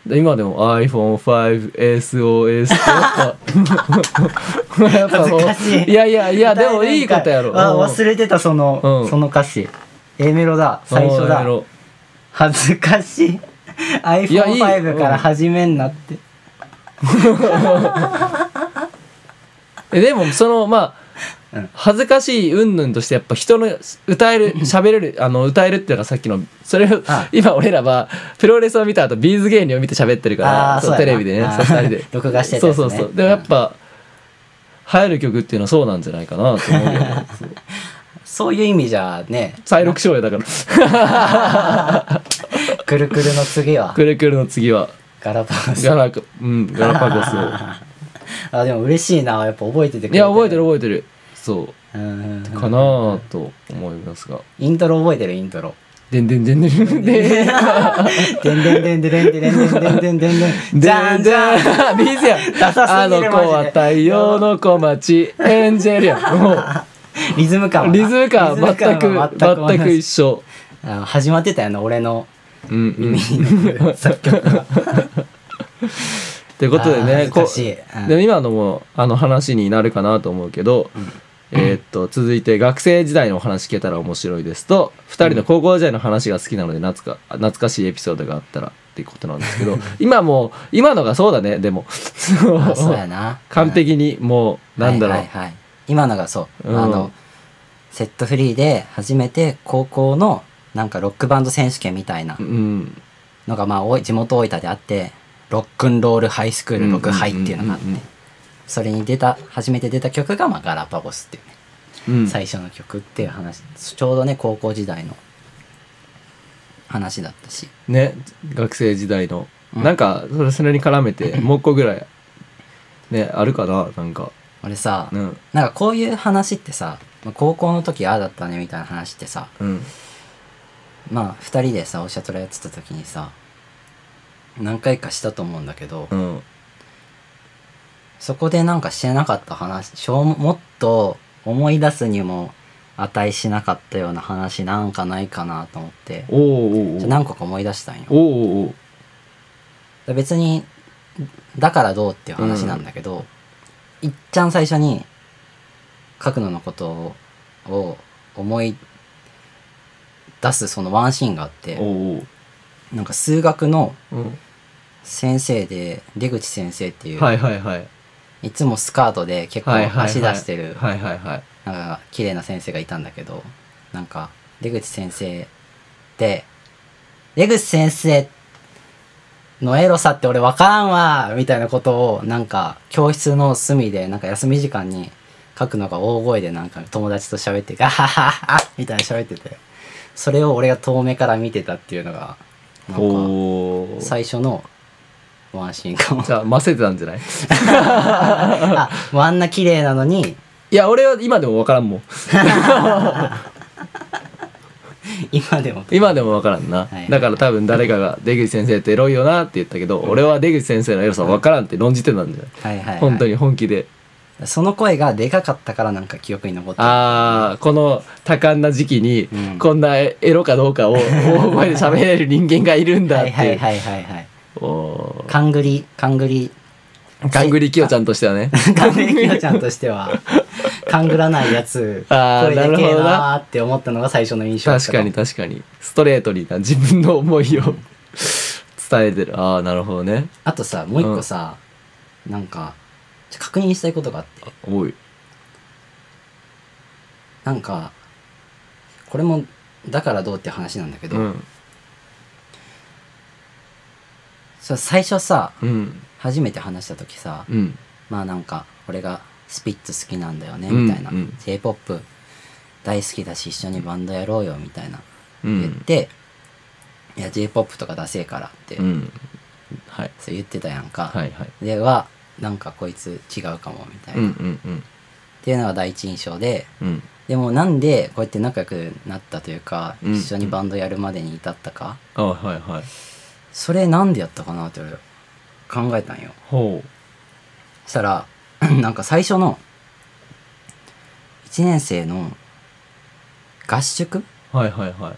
[SPEAKER 1] で今でも iPhone5SOS って やっぱやっぱもう
[SPEAKER 2] 恥ずかしい
[SPEAKER 1] いやいやいやでも
[SPEAKER 2] 歌えない
[SPEAKER 1] いいことやろ
[SPEAKER 2] んかあ忘れてたその、
[SPEAKER 1] うん
[SPEAKER 2] その歌詞 A メロだ最初
[SPEAKER 1] うん
[SPEAKER 2] だ
[SPEAKER 1] やろ
[SPEAKER 2] 恥ずかしい
[SPEAKER 1] いやいい
[SPEAKER 2] iPhone5 から始めんなって
[SPEAKER 1] えでもそのまあ、
[SPEAKER 2] うん
[SPEAKER 1] 恥ずかしい云々としてやっぱ人の歌える喋れるあの歌えるっていうのはさっきのそれを
[SPEAKER 2] あ
[SPEAKER 1] 今俺らはプロレスを見た後ビーズ芸人を見て喋ってるから
[SPEAKER 2] あー
[SPEAKER 1] そう
[SPEAKER 2] そう
[SPEAKER 1] テ
[SPEAKER 2] やな
[SPEAKER 1] レビでね
[SPEAKER 2] あ
[SPEAKER 1] そ
[SPEAKER 2] ー
[SPEAKER 1] う二人で
[SPEAKER 2] 録画してた
[SPEAKER 1] そう
[SPEAKER 2] やつね
[SPEAKER 1] そうそうでもやっぱ、流行る曲っていうのはそうなんじゃないかなと思う よそう
[SPEAKER 2] そういう意味じゃね
[SPEAKER 1] 再録賞やだから
[SPEAKER 2] くるくるの次は
[SPEAKER 1] くるくるの次は
[SPEAKER 2] ガラパゴス
[SPEAKER 1] ガラ,、うん、ガラパゴスを
[SPEAKER 2] あでも嬉しいなやっぱ覚えててくれ
[SPEAKER 1] いや覚えてる
[SPEAKER 2] る
[SPEAKER 1] 覚えてるそう
[SPEAKER 2] うんうんうん
[SPEAKER 1] かなぁと思いますが
[SPEAKER 2] イントロ覚えてるイントロ
[SPEAKER 1] でんでんでんでんで ん
[SPEAKER 2] でんでんでんでんでんでんでんでんでんでんでんでんじゃんじゃん
[SPEAKER 1] んビーズや
[SPEAKER 2] ダ
[SPEAKER 1] あ
[SPEAKER 2] サすぎ
[SPEAKER 1] の
[SPEAKER 2] る
[SPEAKER 1] 子
[SPEAKER 2] マジで
[SPEAKER 1] は太陽の小町エンジェルやんも
[SPEAKER 2] リズム感は
[SPEAKER 1] う
[SPEAKER 2] な
[SPEAKER 1] リズム感
[SPEAKER 2] リズ
[SPEAKER 1] 全く
[SPEAKER 2] は
[SPEAKER 1] 全く
[SPEAKER 2] 同じ
[SPEAKER 1] 一緒
[SPEAKER 2] あの始まってたよな俺の
[SPEAKER 1] うんうん
[SPEAKER 2] 耳に残る作曲が
[SPEAKER 1] ということで
[SPEAKER 2] あー
[SPEAKER 1] ねこ
[SPEAKER 2] 懐かしいうん
[SPEAKER 1] でも今のもあの話になるかなと思うけど、えーっと続いて学生時代のお話聞けたら面白いですと2人の高校時代の話が好きなので懐か懐かしいエピソードがあったらっていうことなんですけど今もう今のがそうだねでも
[SPEAKER 2] あそうやな
[SPEAKER 1] 完璧にもうなんだろう、
[SPEAKER 2] はいはいはい今のがそう、
[SPEAKER 1] うん
[SPEAKER 2] あのセットフリーで初めて高校のなんかロックバンド選手権みたいな
[SPEAKER 1] うん
[SPEAKER 2] のがまあおい地元大分であってロックンロールハイスクールロックハイっていうのがあって
[SPEAKER 1] うんうんうんうん
[SPEAKER 2] それに出た初めて出た曲がまあガラパゴスっていうね、
[SPEAKER 1] うん
[SPEAKER 2] 最初の曲っていう話ちょうどね高校時代の話だったし
[SPEAKER 1] ね学生時代の、
[SPEAKER 2] うん
[SPEAKER 1] なんかそれそれに絡め てもう一個ぐらいねあるかななんか
[SPEAKER 2] 俺さ、
[SPEAKER 1] うん
[SPEAKER 2] なんかこういう話ってさまあ高校の時ああだったねみたいな話ってさ
[SPEAKER 1] うん
[SPEAKER 2] まあ2人でさおしゃとらやってた時にさ何回かしたと思うんだけど、
[SPEAKER 1] うん
[SPEAKER 2] そこでなんかしてなかった話しょうももっと思い出すにも値しなかったような話なんかないかなと思って
[SPEAKER 1] おーおーお
[SPEAKER 2] ち
[SPEAKER 1] ー
[SPEAKER 2] ょ何個か思い出したんよ
[SPEAKER 1] おーおー
[SPEAKER 2] 別にだからどうっていう話なんだけど、いっちゃん最初に角野のことを思い出すそのワンシーンがあっ
[SPEAKER 1] お
[SPEAKER 2] て
[SPEAKER 1] ーおー
[SPEAKER 2] なんか数学の
[SPEAKER 1] う
[SPEAKER 2] 先生で出口先生ってい
[SPEAKER 1] ん
[SPEAKER 2] う、
[SPEAKER 1] はいはいはい
[SPEAKER 2] い、つもスカートで結構
[SPEAKER 1] はいはいはい
[SPEAKER 2] 足出してる
[SPEAKER 1] はいはいはい
[SPEAKER 2] なんか綺麗な先生がいたんだけどなんか出口先生って出口先生のエロさって俺分からんわみたいなことをなんか教室の隅でなんか休み時間に書くのが大声でなんか友達と喋ってガハハハみたいな喋っててそれを俺が遠目から見てたっていうのがなんか
[SPEAKER 1] おお
[SPEAKER 2] 最初のワンシーンかも
[SPEAKER 1] じゃあ混ぜてたんじゃない
[SPEAKER 2] あもうあんな綺麗なのに
[SPEAKER 1] いや俺は今でも分から んもん
[SPEAKER 2] 今でも
[SPEAKER 1] 今でも分からんな、
[SPEAKER 2] はい
[SPEAKER 1] だから多分誰かが「出口先生ってエロいよな」って言ったけど、俺は出口先生のエロさ分からんって論じてたんじゃない、
[SPEAKER 2] はいはい、はい、
[SPEAKER 1] 本当に本気で
[SPEAKER 2] その声がでかかったからなんか記憶に残ってる
[SPEAKER 1] あーこの多感な時期に
[SPEAKER 2] うん
[SPEAKER 1] こんなエロかどうかを大声で喋れる人間がいるんだ
[SPEAKER 2] は
[SPEAKER 1] っ
[SPEAKER 2] いはい
[SPEAKER 1] て
[SPEAKER 2] はいはいはい
[SPEAKER 1] おー
[SPEAKER 2] カングリカングリ
[SPEAKER 1] ガングリキヨちゃんとしてはね
[SPEAKER 2] カングリキヨちゃんとし てはカングらないやつ
[SPEAKER 1] あー
[SPEAKER 2] 声で
[SPEAKER 1] な
[SPEAKER 2] け
[SPEAKER 1] る
[SPEAKER 2] え
[SPEAKER 1] ほどな
[SPEAKER 2] なーって思ったのが最初の印象だった
[SPEAKER 1] 確かに確かにストレートにな自分の思いを 伝えてるああなるほどね
[SPEAKER 2] あとさもう一個さ、なんかちょ確認したいことがあって
[SPEAKER 1] おい
[SPEAKER 2] なんかこれもだからどうって話なんだけど、
[SPEAKER 1] うん
[SPEAKER 2] そう最初さ
[SPEAKER 1] うん
[SPEAKER 2] 初めて話した時さ、
[SPEAKER 1] うん
[SPEAKER 2] まあなんか俺がスピッツ好きなんだよね
[SPEAKER 1] うん
[SPEAKER 2] みたいな、
[SPEAKER 1] うん
[SPEAKER 2] j p o p 大好きだし一緒にバンドやろうよみたいな
[SPEAKER 1] う
[SPEAKER 2] 言っ
[SPEAKER 1] ん
[SPEAKER 2] て、いや j p o p とかダセえからって、
[SPEAKER 1] うんはい
[SPEAKER 2] そう言ってたやんか、
[SPEAKER 1] はいはい
[SPEAKER 2] ではなんかこいつ違うかもみたいな、
[SPEAKER 1] うんう
[SPEAKER 2] っ
[SPEAKER 1] んうん
[SPEAKER 2] ていうのが第一印象で
[SPEAKER 1] うん
[SPEAKER 2] でもなんでこうやって仲良くなったというか、
[SPEAKER 1] うん
[SPEAKER 2] 一緒にバンドやるまでに至ったか
[SPEAKER 1] ああはいはい
[SPEAKER 2] それなんでやったかなって俺考えたんよ
[SPEAKER 1] ほ
[SPEAKER 2] そしたら なんか最初の1年生の合宿
[SPEAKER 1] うはいはいはい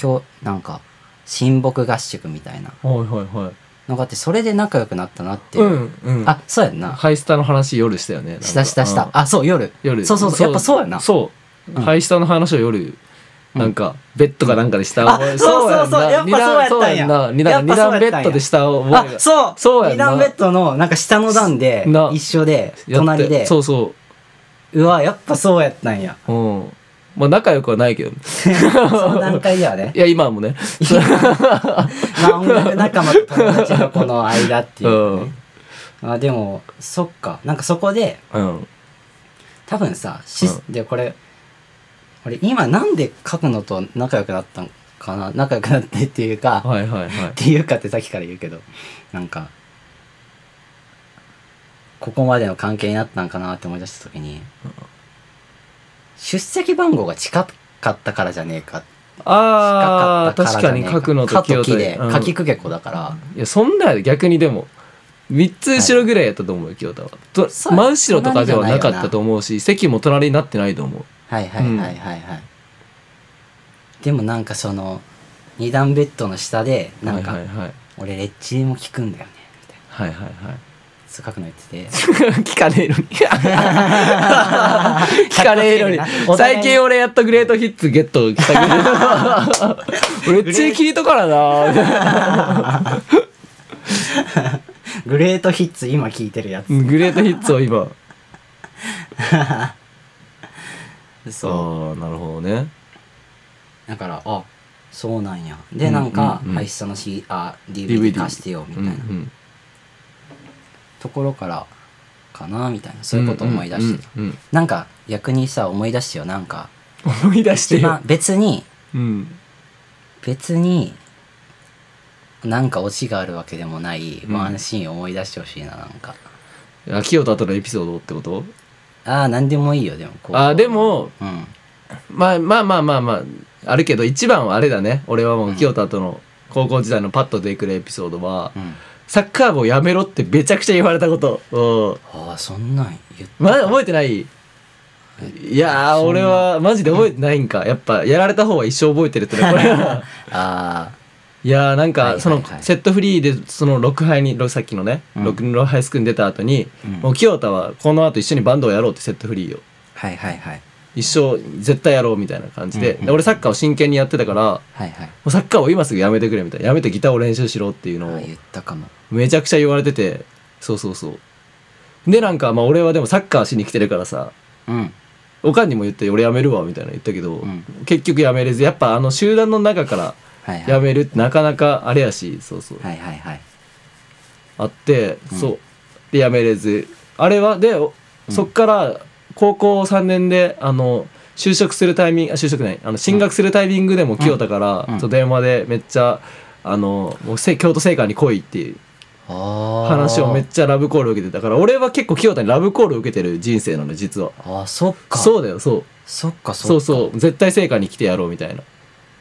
[SPEAKER 2] 今日なんか親睦合宿みたいな
[SPEAKER 1] はいはいは
[SPEAKER 2] のがあってそれで仲良くなったなって
[SPEAKER 1] い
[SPEAKER 2] いうう、
[SPEAKER 1] んうん
[SPEAKER 2] あそうやんな
[SPEAKER 1] ハイスタの話夜したよねなんか
[SPEAKER 2] したしたし
[SPEAKER 1] う
[SPEAKER 2] た
[SPEAKER 1] ん
[SPEAKER 2] あそう夜
[SPEAKER 1] 夜
[SPEAKER 2] そうそうそうやっぱそうやんな
[SPEAKER 1] そう、
[SPEAKER 2] うん
[SPEAKER 1] ハイスタの話を夜なんかベッドかなんかで下を、
[SPEAKER 2] あそうそうそうやっぱそうやったんや
[SPEAKER 1] 二段
[SPEAKER 2] や
[SPEAKER 1] 二
[SPEAKER 2] っぱそ
[SPEAKER 1] 段
[SPEAKER 2] うやったんや
[SPEAKER 1] ベッドで下を覚え
[SPEAKER 2] あ
[SPEAKER 1] が
[SPEAKER 2] そう
[SPEAKER 1] そうやん
[SPEAKER 2] 二
[SPEAKER 1] な
[SPEAKER 2] 段ベッドのなんか下の段で
[SPEAKER 1] な
[SPEAKER 2] 一緒で
[SPEAKER 1] やって
[SPEAKER 2] 隣で
[SPEAKER 1] そうそう
[SPEAKER 2] わやっぱそうやったんや
[SPEAKER 1] ううんまあ仲良くはないけどね
[SPEAKER 2] その段階では ね
[SPEAKER 1] いや今もね
[SPEAKER 2] まあ音楽仲間と友達のこの間っていうう、
[SPEAKER 1] ん
[SPEAKER 2] ねあでもそっかなんかそこで
[SPEAKER 1] うん
[SPEAKER 2] 多分さシス、
[SPEAKER 1] う
[SPEAKER 2] でこれ俺今なんで書くのと仲良くなったんかな仲良くなってっていうか、
[SPEAKER 1] はいはいはい
[SPEAKER 2] っていうかってさっきから言うけどなんかここまでの関係になったんかなって思い出した時に、出席番号が近かったからじゃねえか
[SPEAKER 1] ああ
[SPEAKER 2] 近か
[SPEAKER 1] 確から
[SPEAKER 2] ったじゃねえ
[SPEAKER 1] に書くのと
[SPEAKER 2] かと木
[SPEAKER 1] 清
[SPEAKER 2] で、
[SPEAKER 1] 田うん
[SPEAKER 2] かきくけこだから、
[SPEAKER 1] いやそんな逆にでも3つ後ろぐらいやったと思うよ清田はと
[SPEAKER 2] そう
[SPEAKER 1] 真後ろとかではなかったと思うし席も隣になってないと思う
[SPEAKER 2] はいはいはいはいはい、でもなんかその二段ベッドの下でなんか、
[SPEAKER 1] はいはいはい
[SPEAKER 2] 俺レッチリも聞くんだよねみたいな
[SPEAKER 1] はいはいはい
[SPEAKER 2] そう書くの言ってて
[SPEAKER 1] 聞かねえの に聞かねえのに
[SPEAKER 2] かっこつけてな
[SPEAKER 1] 最近俺やっとグレートヒッツゲット来たけど 俺うち聞いとからな
[SPEAKER 2] グレートヒッツ今聞いてるやつ、
[SPEAKER 1] グレートヒッツを今
[SPEAKER 2] そう
[SPEAKER 1] ああなるほどね
[SPEAKER 2] だからあそうなんやでなんか
[SPEAKER 1] うんうんうん
[SPEAKER 2] 配信の、C あ DVD
[SPEAKER 1] DVD
[SPEAKER 2] 貸してよみ
[SPEAKER 1] う
[SPEAKER 2] た
[SPEAKER 1] ん
[SPEAKER 2] いうな、
[SPEAKER 1] ん
[SPEAKER 2] ところからかなみたいなそういうことを思い出してた、
[SPEAKER 1] うんうんうん
[SPEAKER 2] なんか逆にさ思い出してよなんか
[SPEAKER 1] 思い出して
[SPEAKER 2] 一
[SPEAKER 1] よ
[SPEAKER 2] 番別に
[SPEAKER 1] うん
[SPEAKER 2] 別になんかオチがあるわけでもない
[SPEAKER 1] うん
[SPEAKER 2] ワンシーンを思い出してほしいななんか、
[SPEAKER 1] 清田とのエピソードってこと
[SPEAKER 2] ああ何でもいいよでもこう
[SPEAKER 1] あーでも
[SPEAKER 2] うん
[SPEAKER 1] まあまあまあまあまああるけど一番はあれだね俺はもう清田との高校時代のパッと出てくるエピソードは
[SPEAKER 2] うん
[SPEAKER 1] サッカー部をやめろってめちゃくちゃ言われたことうん
[SPEAKER 2] ああそんなん言っ
[SPEAKER 1] まだ覚えてないいやー俺はマジで覚えてないんかやっぱやられた方は一生覚えてる ってねこれは
[SPEAKER 2] ああ
[SPEAKER 1] いやーなん
[SPEAKER 2] はいはいは
[SPEAKER 1] か
[SPEAKER 2] い
[SPEAKER 1] そのセットフリーでその6杯にさっきのね
[SPEAKER 2] うん
[SPEAKER 1] 6のハイスクールに出た後に
[SPEAKER 2] うん
[SPEAKER 1] もう清田はこの後一緒にバンドをやろうってセットフリーを
[SPEAKER 2] はいはいはい
[SPEAKER 1] 一生絶対やろうみたいな感じで
[SPEAKER 2] うんうん
[SPEAKER 1] で俺サッカーを真剣にやってたからも
[SPEAKER 2] はいはいう
[SPEAKER 1] サッカーを今すぐやめてくれみたいなやめてギターを練習しろっていう
[SPEAKER 2] あ
[SPEAKER 1] のを
[SPEAKER 2] ー言ったかも
[SPEAKER 1] めちゃくちゃ言われててそうそうそうでなんかまあ俺はでもサッカーしに来てるからさ
[SPEAKER 2] うん
[SPEAKER 1] おかんにも言って俺辞めるわみたいな言ったけど、
[SPEAKER 2] うん
[SPEAKER 1] 結局辞めれずやっぱあの集団の中から
[SPEAKER 2] はいはい
[SPEAKER 1] 辞めるってなかなかあれやしそうそう、
[SPEAKER 2] はいはいはい
[SPEAKER 1] あって、
[SPEAKER 2] うん
[SPEAKER 1] そうで辞めれずあれはでお
[SPEAKER 2] うん
[SPEAKER 1] そっから高校3年であの就職するタイミングあ就職ないあの進学するタイミングでも清田から、
[SPEAKER 2] うん
[SPEAKER 1] そう電話でめっちゃあのもうせ京都聖火に来いっていう
[SPEAKER 2] ああ
[SPEAKER 1] 話をめっちゃラブコール受けてたから俺は結構清田にラブコール受けてる人生なの実は
[SPEAKER 2] ああそっか
[SPEAKER 1] そうだよそう
[SPEAKER 2] そっかそっ
[SPEAKER 1] そ
[SPEAKER 2] か
[SPEAKER 1] うそう絶対聖火に来てやろうみたいな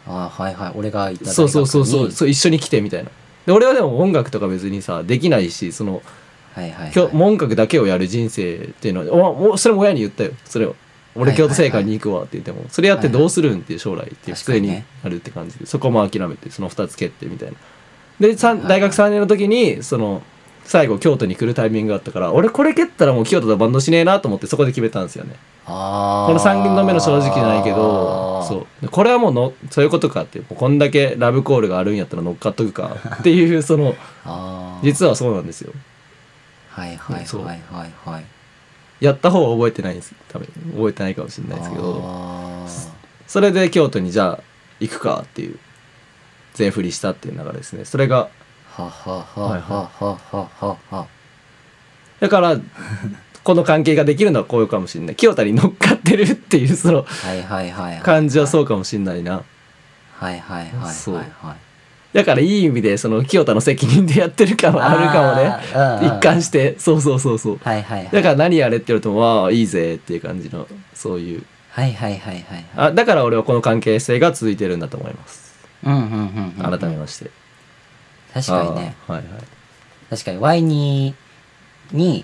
[SPEAKER 2] ああはいはい俺がいた大学に
[SPEAKER 1] そうそうそうそうそう一緒に来てみたいなで俺はでも音楽とか別にさできないしその、
[SPEAKER 2] はいはいはい
[SPEAKER 1] きょもう音楽だけをやる人生っていうのはおおそれも親に言ったよそれを俺
[SPEAKER 2] はいはい
[SPEAKER 1] 京
[SPEAKER 2] は
[SPEAKER 1] 都
[SPEAKER 2] い
[SPEAKER 1] 聖火に行くわって言っても、それやってどうするんっていう将来っていう
[SPEAKER 2] 確
[SPEAKER 1] 普
[SPEAKER 2] か
[SPEAKER 1] 通
[SPEAKER 2] にね
[SPEAKER 1] になるって感じでそこも諦めてその2つ蹴ってみたいなでさん
[SPEAKER 2] はいはい
[SPEAKER 1] 大学3年の時にその最後京都に来るタイミングがあったから俺これ蹴ったらもう京都とバンドしねえなと思ってそこで決めたんですよね
[SPEAKER 2] ああ
[SPEAKER 1] この3度目の正直じゃないけどそうこれはもうのそういうことかってもうこんだけラブコールがあるんやったら乗っかっとくかっていうその
[SPEAKER 2] ああ
[SPEAKER 1] 実はそうなんですよ
[SPEAKER 2] はいはい
[SPEAKER 1] そう
[SPEAKER 2] はいはいはい
[SPEAKER 1] やった方は覚えてないんです多分覚えてないかもしれないですけど
[SPEAKER 2] あー
[SPEAKER 1] それで京都にじゃあ行くかっていう全振りしたっていう流れですねそれが
[SPEAKER 2] ははは
[SPEAKER 1] はい
[SPEAKER 2] は
[SPEAKER 1] は
[SPEAKER 2] はははは
[SPEAKER 1] だから この関係ができるのはこういうかもしれない清田に乗っかってるっていうその
[SPEAKER 2] はいはいはい
[SPEAKER 1] 感じはそううかもしれないな
[SPEAKER 2] はいはいはいはい
[SPEAKER 1] そう
[SPEAKER 2] はいはい
[SPEAKER 1] だからいい意味でその清田の責任でやってる感はあるかもね
[SPEAKER 2] あーうんうん
[SPEAKER 1] 一貫してそうそうそうそう
[SPEAKER 2] はいはいは
[SPEAKER 1] だ
[SPEAKER 2] い
[SPEAKER 1] から何やれって言われてもわあいいぜっていう感じのそういう
[SPEAKER 2] はいはいはいはいはい
[SPEAKER 1] あだから俺はこの関係性が続いてるんだと思います
[SPEAKER 2] うんうんうんうん
[SPEAKER 1] 改めまして、
[SPEAKER 2] 確かにね
[SPEAKER 1] あーはいはい
[SPEAKER 2] 確かにワイニーに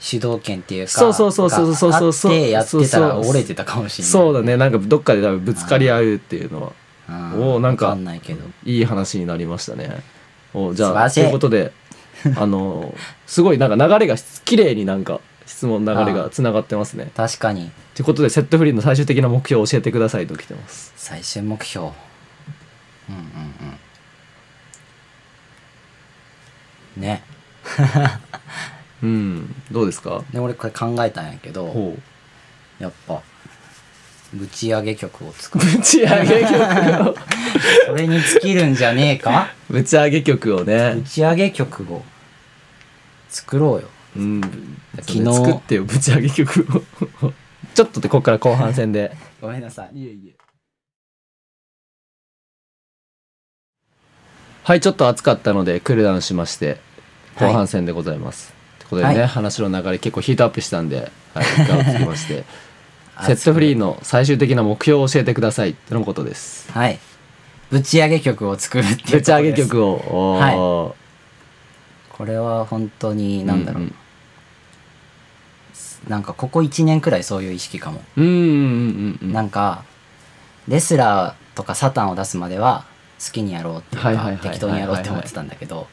[SPEAKER 2] 主導権っていうか
[SPEAKER 1] そうそうそうそうそうそうそう
[SPEAKER 2] があってやってたら
[SPEAKER 1] そうそう
[SPEAKER 2] 折れてたかもしれない
[SPEAKER 1] そうだねなんかどっかで多分ぶつかり合うっていうのは
[SPEAKER 2] うん
[SPEAKER 1] おーなんか
[SPEAKER 2] わかんないけど
[SPEAKER 1] いい話になりましたねおじ
[SPEAKER 2] 素晴
[SPEAKER 1] ゃ
[SPEAKER 2] ら
[SPEAKER 1] あ
[SPEAKER 2] しい
[SPEAKER 1] ということであのすごいなんか流れが綺麗になんか質問の流れがつながってますね。
[SPEAKER 2] 確かに
[SPEAKER 1] ということでセットフリーの最終的な目標を教えてくださいと来てます。
[SPEAKER 2] 最終目標うんうんうんね
[SPEAKER 1] うんどうですか
[SPEAKER 2] で俺これ考えたんやけど
[SPEAKER 1] ほう
[SPEAKER 2] やっぱぶち上げ曲を作る
[SPEAKER 1] ぶち上げ 曲を
[SPEAKER 2] それに尽きるんじゃね えか
[SPEAKER 1] ぶち上げ曲を
[SPEAKER 2] ぶ
[SPEAKER 1] ね、
[SPEAKER 2] ち上げ曲を作ろうよ
[SPEAKER 1] うん、
[SPEAKER 2] 昨日
[SPEAKER 1] 作ってよぶち上げ曲を ちょっとでここから後半戦で
[SPEAKER 2] ごめんなさい
[SPEAKER 1] いえいえはいちょっと暑かったのでクールダウンしまして後半戦でございます、ってことでね、
[SPEAKER 2] はい
[SPEAKER 1] 話の流れ結構ヒートアップしたんで、はい、 一回落ち着きましてセットフリーの最終的な目標を教えてくださいとのことです
[SPEAKER 2] はいぶち上げ曲を作るっていうこと
[SPEAKER 1] ぶち上げ
[SPEAKER 2] です
[SPEAKER 1] 曲を。おー
[SPEAKER 2] これは本当になんだろう、
[SPEAKER 1] うん
[SPEAKER 2] なんかここ1年くらいそういう意識かも
[SPEAKER 1] うんうんうんうん。
[SPEAKER 2] なんかレスラーとかサタンを出すまでは好きにやろうっていう
[SPEAKER 1] はいはいはい
[SPEAKER 2] か
[SPEAKER 1] はい
[SPEAKER 2] 適当にやろうって思ってたんだけど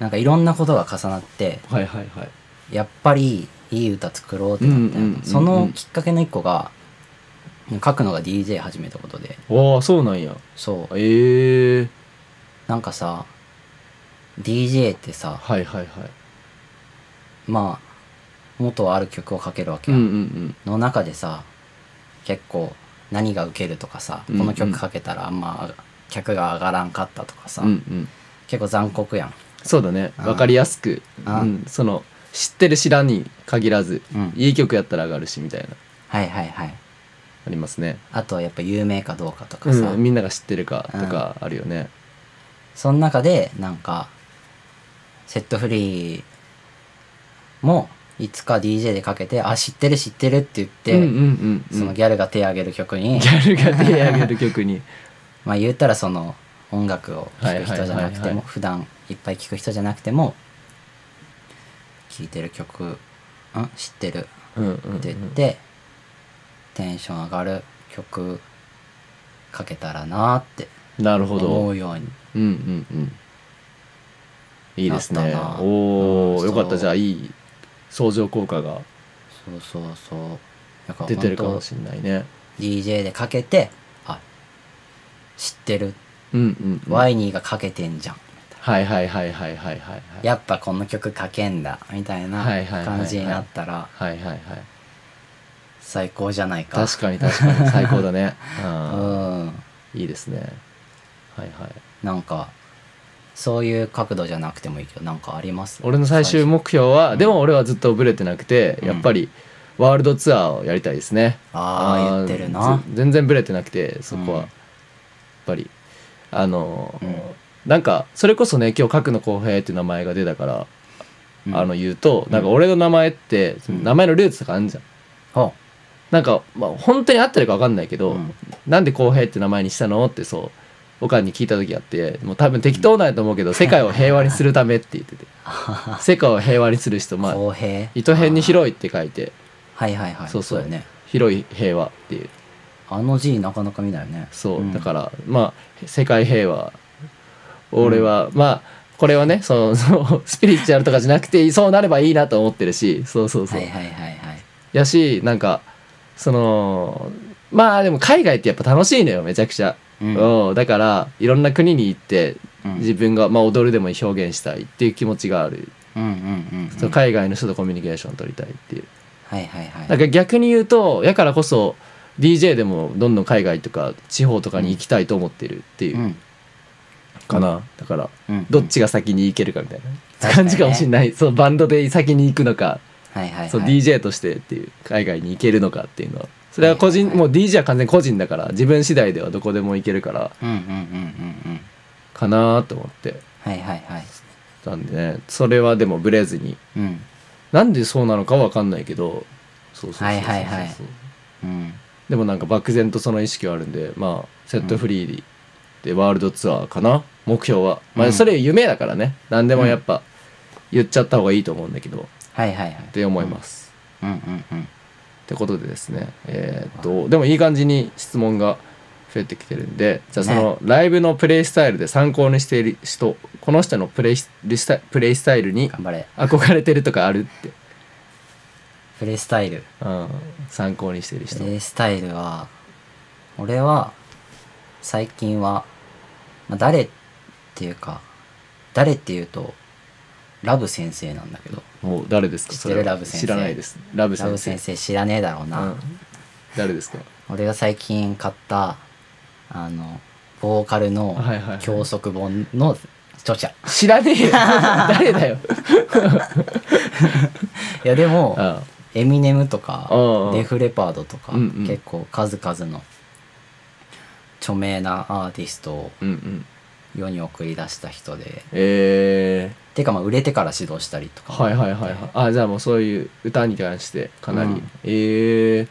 [SPEAKER 2] なんかいろんなことが重なって
[SPEAKER 1] はいはいはい。
[SPEAKER 2] やっぱりいい歌作ろうってなって、
[SPEAKER 1] うんうんうんうん
[SPEAKER 2] そのきっかけの一個が書くのが DJ 始めたことで
[SPEAKER 1] おお、そうなんや。
[SPEAKER 2] そう
[SPEAKER 1] ええー。
[SPEAKER 2] なんかさ DJ ってさ
[SPEAKER 1] はいはいはい。
[SPEAKER 2] まあ元ある曲を書けるわけ
[SPEAKER 1] う
[SPEAKER 2] や
[SPEAKER 1] ん
[SPEAKER 2] ん、
[SPEAKER 1] うん
[SPEAKER 2] の中でさ結構何がウケるとかさ、
[SPEAKER 1] うん
[SPEAKER 2] この曲かけたらあんま客が上がらんかったとかさ、
[SPEAKER 1] うん。うんうん。
[SPEAKER 2] 結構残酷やん、
[SPEAKER 1] そうだね。
[SPEAKER 2] うん
[SPEAKER 1] わかりやすく。う
[SPEAKER 2] うん
[SPEAKER 1] ん。その、知ってる知らんに限らず、
[SPEAKER 2] うん
[SPEAKER 1] いい曲やったら上がるしみたいな、
[SPEAKER 2] はいはいはい
[SPEAKER 1] ありますね。
[SPEAKER 2] あとはやっぱ有名かどうかとかさ、
[SPEAKER 1] うん。みんなが知ってるかとかあるよね。
[SPEAKER 2] その中でなんかセットフリーもいつか DJ でかけて「あ知ってる知ってる」って言って、
[SPEAKER 1] うんうんうん
[SPEAKER 2] そ
[SPEAKER 1] うん。
[SPEAKER 2] のギャルが手挙げる曲に
[SPEAKER 1] ギャルが手上げる曲に。
[SPEAKER 2] まあ言ったらその音楽を聴く人じ
[SPEAKER 1] は
[SPEAKER 2] ゃなく
[SPEAKER 1] いはいは
[SPEAKER 2] て
[SPEAKER 1] いは
[SPEAKER 2] も
[SPEAKER 1] い
[SPEAKER 2] 普段いっぱい聴く人じゃなくても聴いてる曲ん知ってる
[SPEAKER 1] うんうんうん。
[SPEAKER 2] って言ってテンション上がる曲かけたらなって
[SPEAKER 1] なるほど。
[SPEAKER 2] 思うように
[SPEAKER 1] うんうんうんいいです
[SPEAKER 2] なっ
[SPEAKER 1] ね
[SPEAKER 2] たな
[SPEAKER 1] おお、
[SPEAKER 2] うん
[SPEAKER 1] よかっ
[SPEAKER 2] そ
[SPEAKER 1] た
[SPEAKER 2] う
[SPEAKER 1] じゃあいい相乗効果が
[SPEAKER 2] そうそうそうだから
[SPEAKER 1] 出てるか
[SPEAKER 2] 本
[SPEAKER 1] も
[SPEAKER 2] 当
[SPEAKER 1] しれないね
[SPEAKER 2] DJ でかけてあ知ってる
[SPEAKER 1] うんうん、うん、は
[SPEAKER 2] ワ
[SPEAKER 1] い
[SPEAKER 2] イニーがかけてんじゃん
[SPEAKER 1] はいはいはいはいはいはい
[SPEAKER 2] やっぱこの曲かけんだみたいな
[SPEAKER 1] はいはいはいはい
[SPEAKER 2] 感じになったら
[SPEAKER 1] はいはいはい
[SPEAKER 2] 最高じゃないか
[SPEAKER 1] 確かに確かに最高だ ね、
[SPEAKER 2] うん
[SPEAKER 1] うん、いいですねはいはい
[SPEAKER 2] なんかそういう角度じゃなくてもいいけどなんかあります
[SPEAKER 1] 俺の最終目標は、でも俺はずっとブレてなくて、
[SPEAKER 2] うん
[SPEAKER 1] やっぱりワールドツアーをやりたいですね
[SPEAKER 2] ああ
[SPEAKER 1] ー
[SPEAKER 2] 言ってるな
[SPEAKER 1] ぜ全然ブレてなくてそこは、
[SPEAKER 2] うん
[SPEAKER 1] やっぱりあのー
[SPEAKER 2] うん
[SPEAKER 1] なんかそれこそね今日角野浩平っていう名前が出たから、
[SPEAKER 2] うん
[SPEAKER 1] あの言うとなんか俺の名前って、
[SPEAKER 2] うん
[SPEAKER 1] 名前のルーツとかあるじゃん
[SPEAKER 2] ほ
[SPEAKER 1] なんか、まあ、本当に合ってるか分かんないけ
[SPEAKER 2] う
[SPEAKER 1] ど、
[SPEAKER 2] うん
[SPEAKER 1] なんで浩平って名前にしたのってそうおかんに聞いた時あってもう多分適当なんやと思うけど、世界を平和にするためって言ってて世界を平和にする人まあ
[SPEAKER 2] 公平
[SPEAKER 1] 糸辺に
[SPEAKER 2] い
[SPEAKER 1] 広いって書いて
[SPEAKER 2] はいはいはい
[SPEAKER 1] そうそう
[SPEAKER 2] だよね
[SPEAKER 1] 広い平和っていう
[SPEAKER 2] あの字なかなか見ないよね
[SPEAKER 1] そう、
[SPEAKER 2] ん
[SPEAKER 1] だからまあ世界平和俺は、まあこれはねその そのスピリチュアルとかじゃなくてそうなればいいなと思ってるしそうそうそう、
[SPEAKER 2] はいはいはいはい
[SPEAKER 1] やしなんかそのまあでも海外ってやっぱ楽しいのよめちゃくちゃ、
[SPEAKER 2] うん
[SPEAKER 1] うんだからいろんな国に行って
[SPEAKER 2] うん
[SPEAKER 1] 自分が、まあ、踊るでも表現したいっていう気持ちがある、
[SPEAKER 2] うんうんうんうん
[SPEAKER 1] そう海外の人とコミュニケーション取りたいっていう
[SPEAKER 2] はいはいはい
[SPEAKER 1] だから逆に言うとやからこそ DJ でもどんどん海外とか地方とかに行きたいと思ってるっていううんかな、だから
[SPEAKER 2] うん
[SPEAKER 1] どっちが先に行けるかみたいな
[SPEAKER 2] 確か
[SPEAKER 1] 感
[SPEAKER 2] にね
[SPEAKER 1] じかもしれない、そうバンドで先に行くのか、
[SPEAKER 2] はいはいはい
[SPEAKER 1] そう DJ としてっていう海外に行けるのかっていうのはそれは個人、
[SPEAKER 2] はいはい
[SPEAKER 1] もう DJ は完全に個人だから自分次第ではどこでも行けるから
[SPEAKER 2] うんうんうんうんうん
[SPEAKER 1] かなと思って
[SPEAKER 2] はいはいはい
[SPEAKER 1] たんでねそれはでもブレずに
[SPEAKER 2] うん
[SPEAKER 1] なんでそうなのかわかんないけどそうそうそうそうそう
[SPEAKER 2] はいはいはいうん
[SPEAKER 1] でもなんか漠然とその意識はあるんでまあセットフリーでワールドツアーかな目標はま
[SPEAKER 2] う
[SPEAKER 1] あ
[SPEAKER 2] ん
[SPEAKER 1] それ夢だからね何でもやっぱ言っちゃった方がいいと思うんだけどっ
[SPEAKER 2] はいはいはい
[SPEAKER 1] て思います、
[SPEAKER 2] うんうんうん
[SPEAKER 1] ってことでですねえーっとでもいい感じに質問が増えてきてるんでじゃあそのライブのプレイスタイルで参考にしている人この人のプレイスプレイスタイルに
[SPEAKER 2] 頑張れ
[SPEAKER 1] 憧れてるとかあるって
[SPEAKER 2] プレイスタイル
[SPEAKER 1] うん、参考にしてる人、
[SPEAKER 2] プレイスタイルは俺は最近は、まあ、誰っていうか誰っていうとラブ先生なんだけど
[SPEAKER 1] もう誰ですか
[SPEAKER 2] 知って
[SPEAKER 1] それは
[SPEAKER 2] るラブ先
[SPEAKER 1] 知
[SPEAKER 2] 生
[SPEAKER 1] らないですラブ先
[SPEAKER 2] ラ
[SPEAKER 1] 生
[SPEAKER 2] ブ先生知らねえだろうな、
[SPEAKER 1] うん、誰ですか
[SPEAKER 2] 俺が最近買ったあのボーカルの
[SPEAKER 1] はいはいはい
[SPEAKER 2] 教則本の著者、い
[SPEAKER 1] 知らね えよ誰だよ
[SPEAKER 2] やでも
[SPEAKER 1] あ
[SPEAKER 2] エミネムと
[SPEAKER 1] ああ
[SPEAKER 2] か
[SPEAKER 1] あ
[SPEAKER 2] デフレパードとか、
[SPEAKER 1] うんうん
[SPEAKER 2] 結構数々の著名なアーティストを
[SPEAKER 1] うんうん
[SPEAKER 2] 世に送り出した人で
[SPEAKER 1] え
[SPEAKER 2] てかまあ売れてから指導したりと
[SPEAKER 1] ー、
[SPEAKER 2] か、
[SPEAKER 1] はいはいはいはいあじゃあもうそういう歌に関してかなり、
[SPEAKER 2] うん
[SPEAKER 1] えー、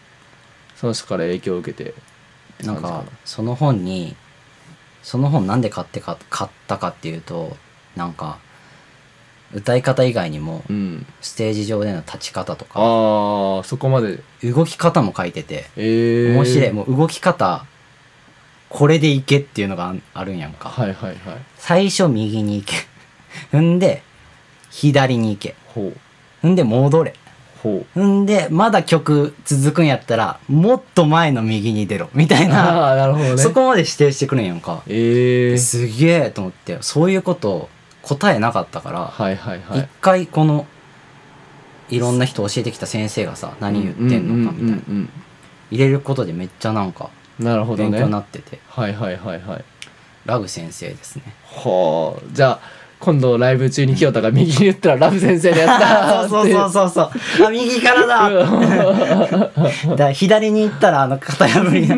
[SPEAKER 1] その人から影響を受けてって
[SPEAKER 2] な
[SPEAKER 1] 感
[SPEAKER 2] ん
[SPEAKER 1] じかな
[SPEAKER 2] かその本にその本なんで買ってか買ったかっていうとなんか歌い方以外にも
[SPEAKER 1] うん
[SPEAKER 2] ステージ上での立ち方とか
[SPEAKER 1] ああそこまで
[SPEAKER 2] 動き方も書いてて
[SPEAKER 1] えー、
[SPEAKER 2] 面白いもう動き方これでいけっていうのがあんあるんやんか、
[SPEAKER 1] はいはいはい
[SPEAKER 2] 最初右に行け 踏んで左に行け
[SPEAKER 1] ほう
[SPEAKER 2] 踏んで戻れ
[SPEAKER 1] ほ
[SPEAKER 2] 踏んでまだ曲続くんやったらもっと前の右に出ろみたいうな、
[SPEAKER 1] ああなるほどね
[SPEAKER 2] そこまで指定してくるんやんか
[SPEAKER 1] えー、
[SPEAKER 2] すげえと思ってそういうこと答えなかったから
[SPEAKER 1] はいはいは
[SPEAKER 2] 一、
[SPEAKER 1] い
[SPEAKER 2] 回このいろんな人教えてきた先生がさ何言ってんのかみたいな
[SPEAKER 1] うんうんうん
[SPEAKER 2] 入れることでめっちゃなんか
[SPEAKER 1] うんなるほど
[SPEAKER 2] 勉強
[SPEAKER 1] ね
[SPEAKER 2] になってて、
[SPEAKER 1] はいはいはいはい
[SPEAKER 2] ラブ先生で すね
[SPEAKER 1] はあじゃあ今度ライブ中に清田が右に言ったらラブ先生のやつだ
[SPEAKER 2] そうそうそうそうそうあ右からだだから左に行ったらあの型破 りな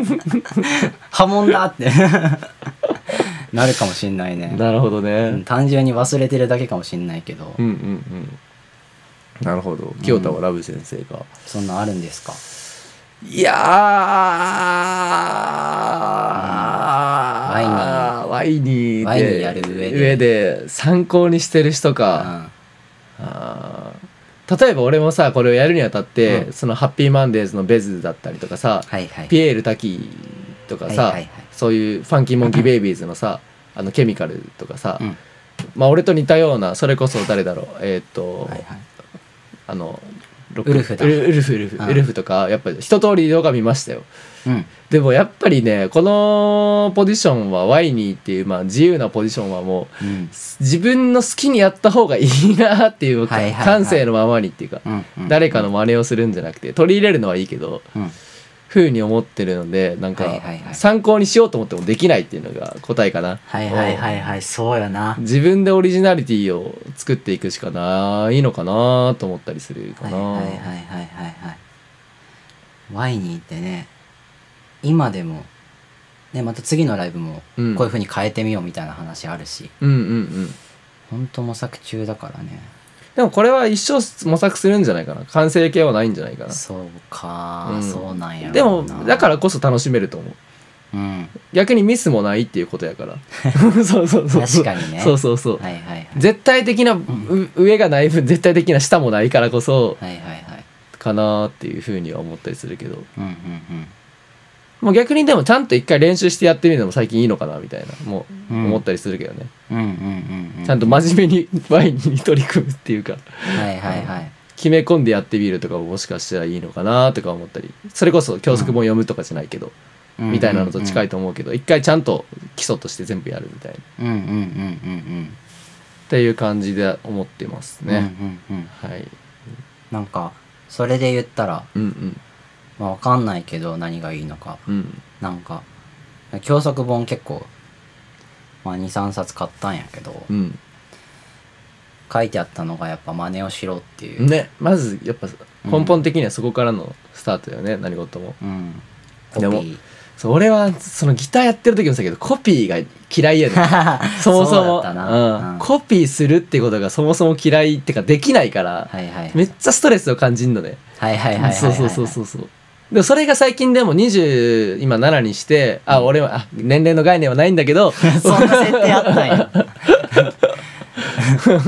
[SPEAKER 2] 波紋だって なるかもしんないね
[SPEAKER 1] なるほどね、
[SPEAKER 2] うん単純に忘れてるだけかもしんないけど、
[SPEAKER 1] うんうんうんなるほど清田はラブ先生が、
[SPEAKER 2] そんなんあるんですか
[SPEAKER 1] いやー、ワイニー
[SPEAKER 2] ワイニーやる上で
[SPEAKER 1] で参考にしてる人か、あー例えば俺もさこれをやるにあたって、
[SPEAKER 2] うん
[SPEAKER 1] そのハッピーマンデーズのベズだったりとかさ、
[SPEAKER 2] はいはい
[SPEAKER 1] ピエール滝とかさ、
[SPEAKER 2] はいはいはい
[SPEAKER 1] そういうファンキーモンキーベイビーズのさあのケミカルとかさ、
[SPEAKER 2] うん
[SPEAKER 1] まあ俺と似たようなそれこそ誰だろうえーっと、
[SPEAKER 2] はいはい
[SPEAKER 1] あのロッ
[SPEAKER 2] ウルフだ
[SPEAKER 1] ウルウルフウルフ
[SPEAKER 2] うん
[SPEAKER 1] ウルフとかやっぱり一通り動画見ましたよ
[SPEAKER 2] うん
[SPEAKER 1] でもやっぱりねこのポジションはワイニーっていう、まあ、自由なポジションはもう
[SPEAKER 2] うん
[SPEAKER 1] 自分の好きにやった方がいいなっていう
[SPEAKER 2] はいはいはい
[SPEAKER 1] 感性のままにっていうか、
[SPEAKER 2] うんうん
[SPEAKER 1] 誰かの真似をするんじゃなくて取り入れるのはいいけど
[SPEAKER 2] うん
[SPEAKER 1] ふうに思ってるのでなん
[SPEAKER 2] はい
[SPEAKER 1] か
[SPEAKER 2] はいはい
[SPEAKER 1] 参考にしようと思ってもできないっていうのが答えかな、
[SPEAKER 2] はいはいはいはいそうよな
[SPEAKER 1] 自分でオリジナリティを作っていくしかないのかなと思ったりするか
[SPEAKER 2] はい
[SPEAKER 1] な、
[SPEAKER 2] はいはいはいはいはいワイニーってね今でもねまた次のライブもこ
[SPEAKER 1] う
[SPEAKER 2] ういうん風に変えてみようみたいな話あるし、
[SPEAKER 1] うんうんうん
[SPEAKER 2] ほんと模索中だからね
[SPEAKER 1] でもこれは一生模索するんじゃないかな完成形はないんじゃないかな
[SPEAKER 2] そうか、
[SPEAKER 1] うん
[SPEAKER 2] そうなんや
[SPEAKER 1] でも
[SPEAKER 2] ろうな
[SPEAKER 1] だからこそ楽しめると思う
[SPEAKER 2] うん
[SPEAKER 1] 逆にミスもないっていうことやから そうそうそうそう
[SPEAKER 2] 確かにね
[SPEAKER 1] そうそうそう、
[SPEAKER 2] はいはいはい
[SPEAKER 1] 絶対的なう上がない分絶対的な下もないからこそ
[SPEAKER 2] はいはいはい
[SPEAKER 1] かなっていうふうには思ったりするけど
[SPEAKER 2] うんうんうん
[SPEAKER 1] もう逆にでもちゃんと一回練習してやってみるのも最近いいのかなみたいなもう
[SPEAKER 2] うん
[SPEAKER 1] 思ったりするけどね、
[SPEAKER 2] うんうんうんう
[SPEAKER 1] ちゃんと真面目にワインに取り組むっていうか
[SPEAKER 2] はいはいはい
[SPEAKER 1] 決め込んでやってみるとかももしかしたらいいのかなとか思ったりそれこそ教則本読むとかじゃないけど、みたいなのと近い
[SPEAKER 2] と
[SPEAKER 1] と思うけど、一回ちゃんと基礎として全部やるみたいなっ
[SPEAKER 2] うんうんうんうん
[SPEAKER 1] ていう感じで思ってます
[SPEAKER 2] うん
[SPEAKER 1] ね、
[SPEAKER 2] うんうんうん
[SPEAKER 1] はい
[SPEAKER 2] なんかそれで言ったら
[SPEAKER 1] うんうん
[SPEAKER 2] まあわかんないけど何がいいのか
[SPEAKER 1] うん
[SPEAKER 2] なんか教則本結構、まあ、23冊買ったんやけど、
[SPEAKER 1] うん
[SPEAKER 2] 書いてあったのがやっぱ真似をしろっていう、
[SPEAKER 1] ねまずやっぱ根本的にはそこからのスタートだよね、何事も
[SPEAKER 2] うん、コピ
[SPEAKER 1] でも
[SPEAKER 2] ー
[SPEAKER 1] そう俺はそのギターやってる時もそうだけどコピーが嫌いや ねん そもそうも
[SPEAKER 2] だったな
[SPEAKER 1] うん
[SPEAKER 2] うん
[SPEAKER 1] コピーするってことがそもそも嫌いってかできないから、
[SPEAKER 2] はいはい
[SPEAKER 1] めっちゃストレスを感じるのね、
[SPEAKER 2] はいはいはいはい
[SPEAKER 1] そうそうそう
[SPEAKER 2] う
[SPEAKER 1] そうそうでもそれが最近でも20今7にしてあ俺はあ年齢の概念はないんだけど
[SPEAKER 2] そんな設定あったんや